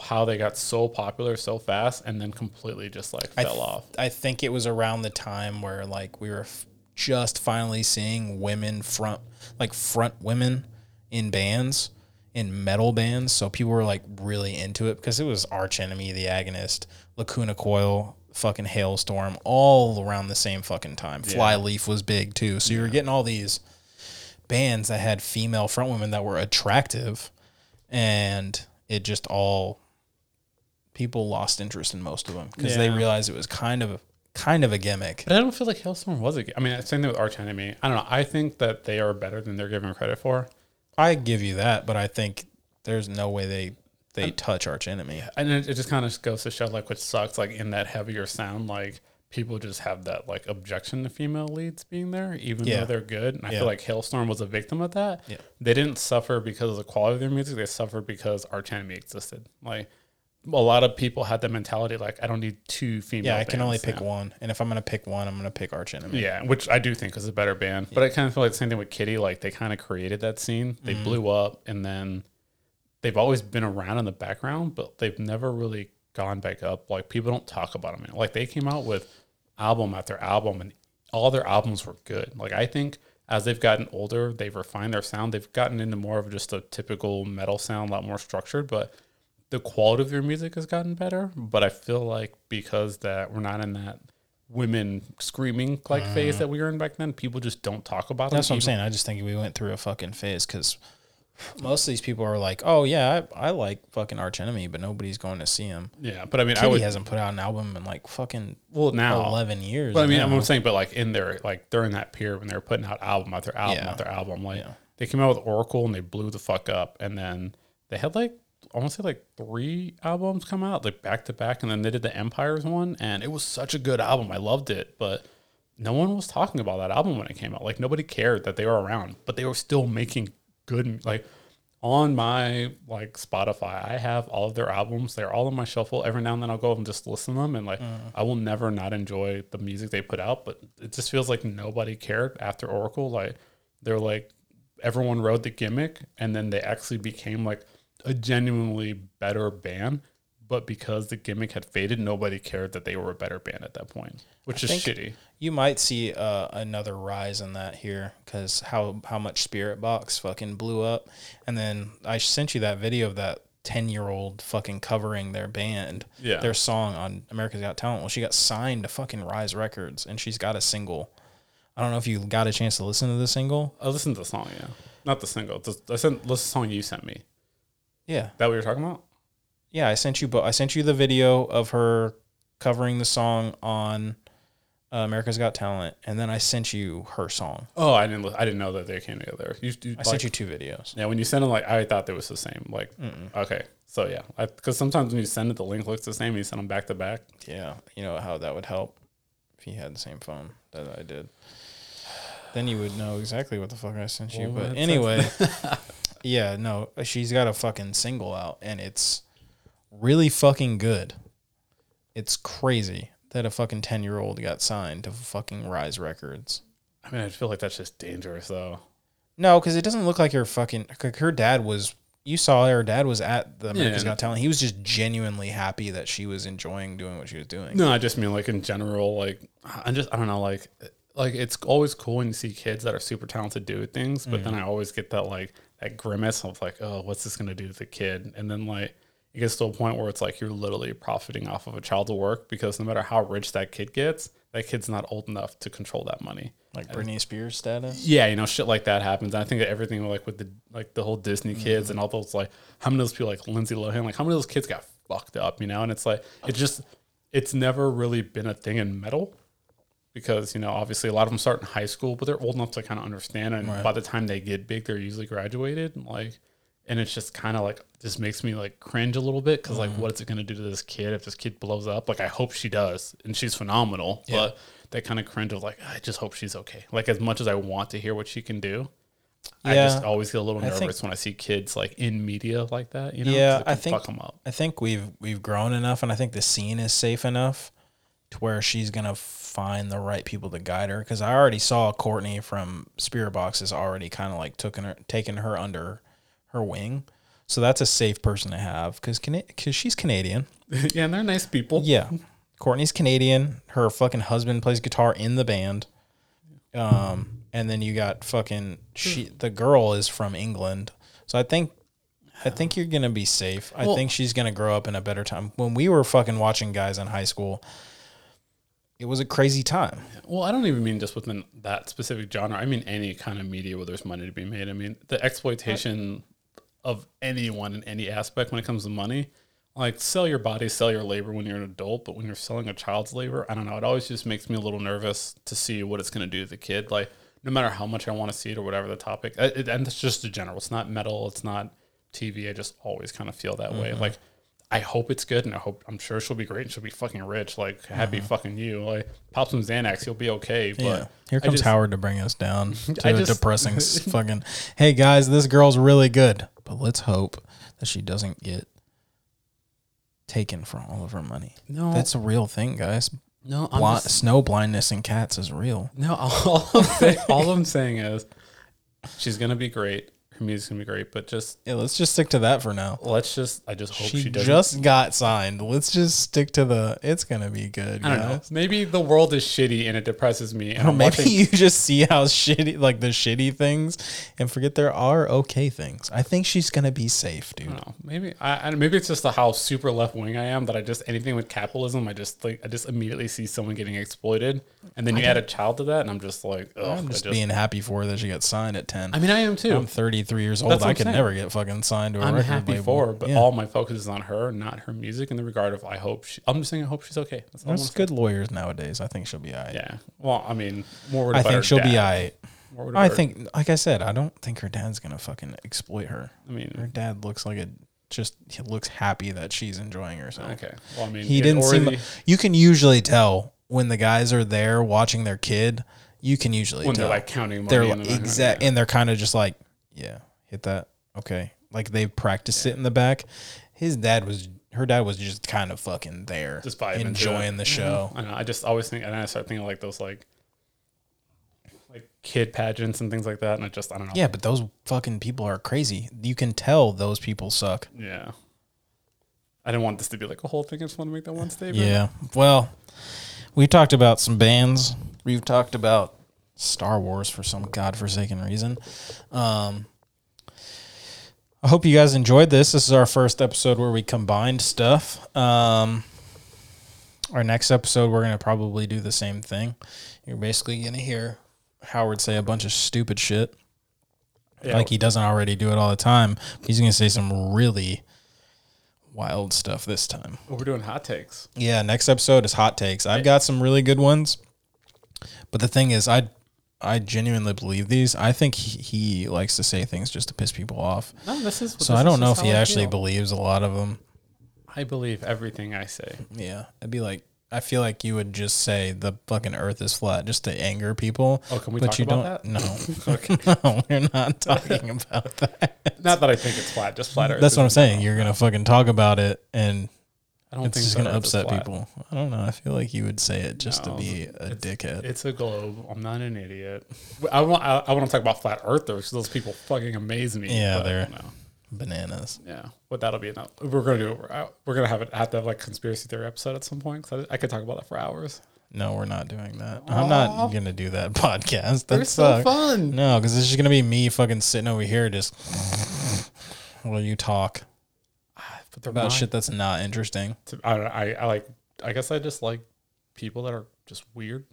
how they got so popular so fast and then completely just like fell off. I think it was around the time where like we were f- just finally seeing women front, like front women in bands, in metal bands. So people were like really into it because it was Arch Enemy, The Agonist, Lacuna Coil, fucking Hailstorm, all around the same fucking time. Flyleaf was big too. So you were getting all these bands that had female front women that were attractive, and it just all people lost interest in most of them because they Yeah. realized it was kind of kind of a gimmick. But I don't feel like Hailstorm was a. I mean, same thing with Arch Enemy. I don't know. I think that they are better than they're given credit for. I give you that, but I think there's no way they they touch Arch Enemy. and it, it just kind of goes to show like what sucks like in that heavier sound like people just have that like objection to female leads being there even Yeah. though they're good and i Yeah. feel like hailstorm was a victim of that Yeah. they didn't suffer because of the quality of their music they suffered because arch enemy existed like a lot of people had that mentality like i don't need two female Yeah, I can only bands pick now. one, and if I'm gonna pick one, I'm gonna pick Arch Enemy. yeah, which I do think is a better band, but I kind of feel like the same thing with Kitty. Like they kind of created that scene, they Mm-hmm. blew up, and then they've always been around in the background, but they've never really gone back up. Like people don't talk about them. Like they came out with album after album, and all their albums were good. Like I think as they've gotten older, they've refined their sound. They've gotten into more of just a typical metal sound, a lot more structured, but the quality of your music has gotten better, but I feel like because that we're not in that women screaming like phase that we were in back then, people just don't talk about Mm. That's it. what I'm saying. I just think we went through a fucking phase because most of these people are like, oh yeah, I, I like fucking Arch Enemy, but nobody's going to see him. yeah, but I mean, I Kitty would hasn't put out an album in like fucking well now. eleven years. But I mean, now. I'm saying, but like in their like during that period when they were putting out album after album Yeah. after album, like they came out with Oracle and they blew the fuck up, and then they had like I want to say like three albums come out like back to back, and then they did the Empires one, and it was such a good album, I loved it, but no one was talking about that album when it came out. Like nobody cared that they were around, but they were still making good m- like. On my like Spotify, I have all of their albums. They're all on my shuffle. Every now and then, I'll go up and just listen to them, and like I will never not enjoy the music they put out. But it just feels like nobody cared after Oracle. Like they're like everyone rode the gimmick and then they actually became like a genuinely better band but because the gimmick had faded nobody cared that they were a better band at that point which is think- shitty you might see uh, another rise in that here because how how much Spirit Box fucking blew up, and then I sent you that video of that ten year old fucking covering their band, Yeah. their song on America's Got Talent. Well, she got signed to fucking Rise Records, and she's got a single. I don't know if you got a chance to listen to the single. i listened to the song yeah not the single the, I sent, the song you sent me Yeah, that what you're talking about yeah. I sent you, but I sent you the video of her covering the song on uh, America's Got Talent, and then I sent you her song. oh i didn't li- i didn't know that they came together you, you, I sent you two videos. yeah when you sent them like i thought they was the same like okay so yeah because sometimes when you send it the link looks the same and you send them back to back Yeah, you know how that would help if he had the same phone that I did. Then you would know exactly what the fuck I sent you. Well, but that's- anyway, yeah, no, she's got a fucking single out, and it's really fucking good. It's crazy that a fucking ten year old got signed to fucking Rise Records. i mean i feel like that's just dangerous though No, because it doesn't look like her fucking. Like her dad was. You saw her dad was at the America's Yeah. Got Talent. He was just genuinely happy that she was enjoying doing what she was doing. No, I just mean like in general, like I just I don't know, like like it's always cool when you see kids that are super talented do things, but then I always get that like that grimace of like, oh, what's this gonna do to the kid? And then like it gets to a point where it's like you're literally profiting off of a child's work because no matter how rich that kid gets, that kid's not old enough to control that money. Like Britney Spears status. Yeah, you know, shit like that happens. And I think that everything like with the like the whole Disney kids and all those like how many of those people like Lindsay Lohan, like how many of those kids got fucked up, you know? And it's like it's just it's never really been a thing in metal because, you know, obviously a lot of them start in high school, but they're old enough to kind of understand and by the time they get big, they're usually graduated and like and it's just kind of like just makes me like cringe a little bit because Mm-hmm. like what is it going to do to this kid if this kid blows up like i hope she does and she's phenomenal but that kind of cringe of like i just hope she's okay like as much as i want to hear what she can do i Yeah. just always get a little nervous think- when i see kids like in media like that you know 'cause Yeah, it I can think- fuck 'em up I think we've we've grown enough, and I think the scene is safe enough to where she's gonna find the right people to guide her. Because I already saw Courtney from Spirit Box is already kind of like taking her taking her under her wing, so that's a safe person to have. Because because she's Canadian, yeah and they're nice people yeah. Courtney's Canadian. Her fucking husband plays guitar in the band. Um, and then you got fucking she. The girl is from England, so I think, I think you're gonna be safe. I think she's gonna grow up in a better time. When we were fucking watching guys in high school, it was a crazy time. Well, I don't even mean just within that specific genre. I mean any kind of media where there's money to be made. I mean the exploitation of anyone in any aspect when it comes to money. Like sell your body, sell your labor when you're an adult, but when you're selling a child's labor, I don't know. It always just makes me a little nervous to see what it's going to do to the kid. Like no matter how much I want to see it or whatever the topic, I- it, and it's just a general. It's not metal. It's not TV. I just always kind of feel that way. Mm-hmm. Like I hope it's good, and I hope I'm sure she'll be great, and she'll be fucking rich. Like happy fucking you. Like pop some Xanax, you'll be okay. But Mm-hmm. Yeah. Here I comes just- Howard to bring us down to I a just- depressing s- fucking. Hey guys, this girl's really good, but let's hope that she doesn't get taken for all of her money. No. that's a real thing, guys. No, I'm Bli- just- snow blindness in cats is real. no. All I'm, saying, all I'm saying is she's gonna be great. Her her music's gonna be great, but just Yeah, let's just stick to that for now. let's just I just hope she, She doesn't. just got signed. Let's just stick to the. It's gonna be good. I don't know. guys. Maybe the world is shitty and it depresses me. And Or I'm Oh, maybe watching, you just see how shitty, like the shitty things, and forget there are okay things. I think she's gonna be safe, dude. I don't know. Maybe I, I maybe it's just the how super left wing I am that I just anything with capitalism I just like I just immediately see someone getting exploited, and then you add a child to that, and I'm just like, ugh, I'm I just, just- being happy for her that she got signed at ten. I mean, I am too. I'm 33 years old. That's what I I'm could saying. never get fucking signed to a I'm record happy label. for her, but Yeah. all my focus is on her, not her music. In the regard of, I hope she. I'm just saying, I hope she's okay. That's all. I There's want good lawyers nowadays. I think she'll be all right. yeah. Well, I mean, more. worried I about her think she'll be all dad. right. More worried I about her- think, like I said, I don't think her dad's gonna fucking exploit her. I mean, Her dad looks like a just he looks happy that she's enjoying herself. okay. Well, I mean, He it didn't seem. already- You can usually tell when the guys are there watching their kid. You can usually when tell they're like counting money. they're in the like, background, exact, yeah. and they're kind of just like, yeah, hit that, okay. Like they practiced it in the back. His dad was, her dad was just kind of fucking there, Just vibing to it. Mm-hmm. enjoying the show. I know. I just always think, and I start thinking like those like, like kid pageants and things like that, and I just I don't know. Yeah, but those fucking people are crazy. You can tell those people suck. Yeah. I didn't want this to be like a whole thing. I just want to make that one statement. Yeah. Well, we talked about some bands. We've talked about Star Wars for some godforsaken reason. Um, I hope you guys enjoyed this. This is our first episode where we combined stuff. Um, our next episode, we're going to probably do the same thing. You're basically going to hear Howard say a bunch of stupid shit Yeah. like he doesn't already do it all the time. He's going to say some really wild stuff this time. we're doing hot takes. Yeah, next episode is hot takes. I've got some really good ones, but the thing is, I I genuinely believe these. I think he, he likes to say things just to piss people off. No, this is. So I don't know if he actually believes a lot of them. I believe everything I say. Yeah, I'd be like, I feel like you would just say the fucking Earth is flat just to anger people. Oh, can we talk you about don't. No, no, we're not talking about that. Not that I think it's flat, just flat Earth. That's what I'm is- saying. You're gonna fucking talk about it, and I don't it's think just the gonna Earth is upset flat. people. I don't know. I feel like you would say it just No, to be a dickhead. It's a globe. I'm not an idiot. I want. I, I want to talk about flat earthers. 'cause Those people fucking amaze me. Yeah, but I they're- don't know. Bananas. Yeah, but that'll be enough. We're gonna do. We're, we're gonna have it. Have to have like conspiracy theory episode at some point. Cause I, I could talk about that for hours. No, we're not doing that. I'm not gonna do that podcast. That They're so sucks. fun. No, because this is gonna be me fucking sitting over here just while you talk But they're about mine. shit that's not interesting. To, I, don't know, I I like. I guess I just like people that are just weird.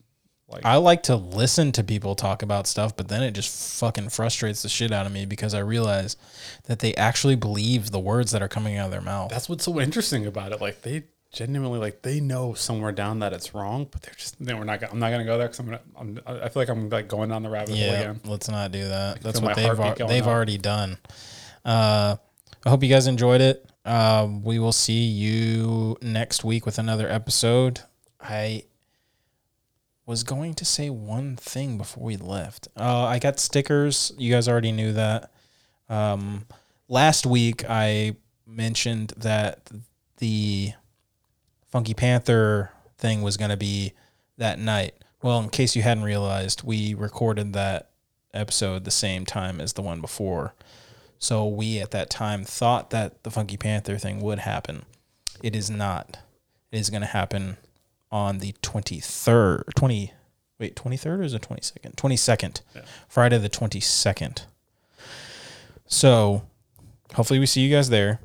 Like I like to listen to people talk about stuff, but then it just fucking frustrates the shit out of me because I realize that they actually believe the words that are coming out of their mouth. that's what's so interesting about it. Like they genuinely like they know somewhere down that it's wrong, but they're just. They, we're not. gonna- I'm not gonna go there because I'm gonna. I'm, I feel like I'm like going down the rabbit hole Yeah, again. let's not do that. That's feel what my they've heartbeat al- going they've up. already done. Uh, I hope you guys enjoyed it. Uh, we will see you next week with another episode. I was going to say one thing before we left. Uh, I got stickers. You guys already knew that. Um, last week I mentioned that the Funky Panther thing was going to be that night. Well, in case you hadn't realized, we recorded that episode the same time as the one before. So we at that time thought that the Funky Panther thing would happen. It is not. It is going to happen on the 23rd, 20 wait, 23rd or is it 22nd? 22nd. Friday the 22nd. So, hopefully we see you guys there.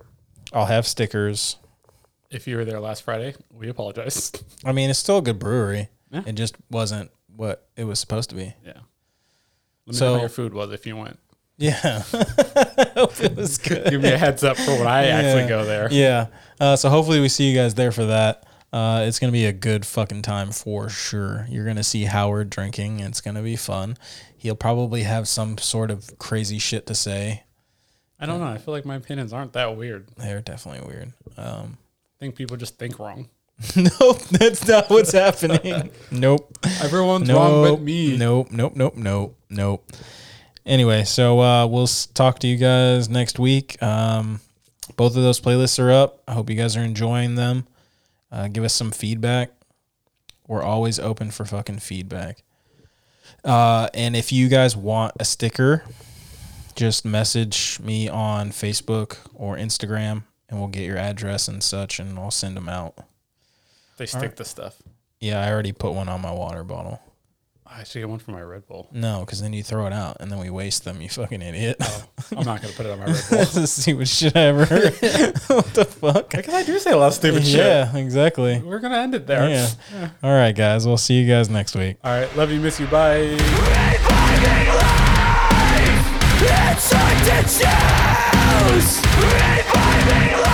I'll have stickers. If you were there last Friday, we apologize. I mean, it's still a good brewery. Yeah. It just wasn't what it was supposed to be. yeah. Let me know So- how your food was if you went. Yeah. Hope it was good. Give me a heads up for when I Yeah. actually go there. Yeah. Uh, so hopefully we see you guys there for that. Uh, it's gonna be a good fucking time for sure. You're gonna see Howard drinking. It's gonna be fun. He'll probably have some sort of crazy shit to say. I don't know. I feel like my opinions aren't that weird. I They're definitely weird. Um, think people just think wrong. nope, that's not what's happening. nope. Everyone's Nope. wrong but me. Nope. Nope. Nope. Nope. Nope. Anyway, so uh, we'll s- talk to you guys next week. Um, both of those playlists are up. I hope you guys are enjoying them. Uh, give us some feedback. We're always open for fucking feedback. Uh, and if you guys want a sticker, just message me on Facebook or Instagram and we'll get your address and such and I'll send them out. They stick the stuff. Yeah, I already put one on my water bottle. I should get one for my Red Bull. No, because then you throw it out and then we waste them, you fucking idiot. I'm not gonna put it on my Red Bull. Stupid shit ever. what the fuck? Because I do say a lot of stupid Yeah, exactly. shit. We're gonna end it there. Yeah. All right, guys. We'll see you guys next week. All right. Love you, miss you. Bye. It's hard to choose. Refining life.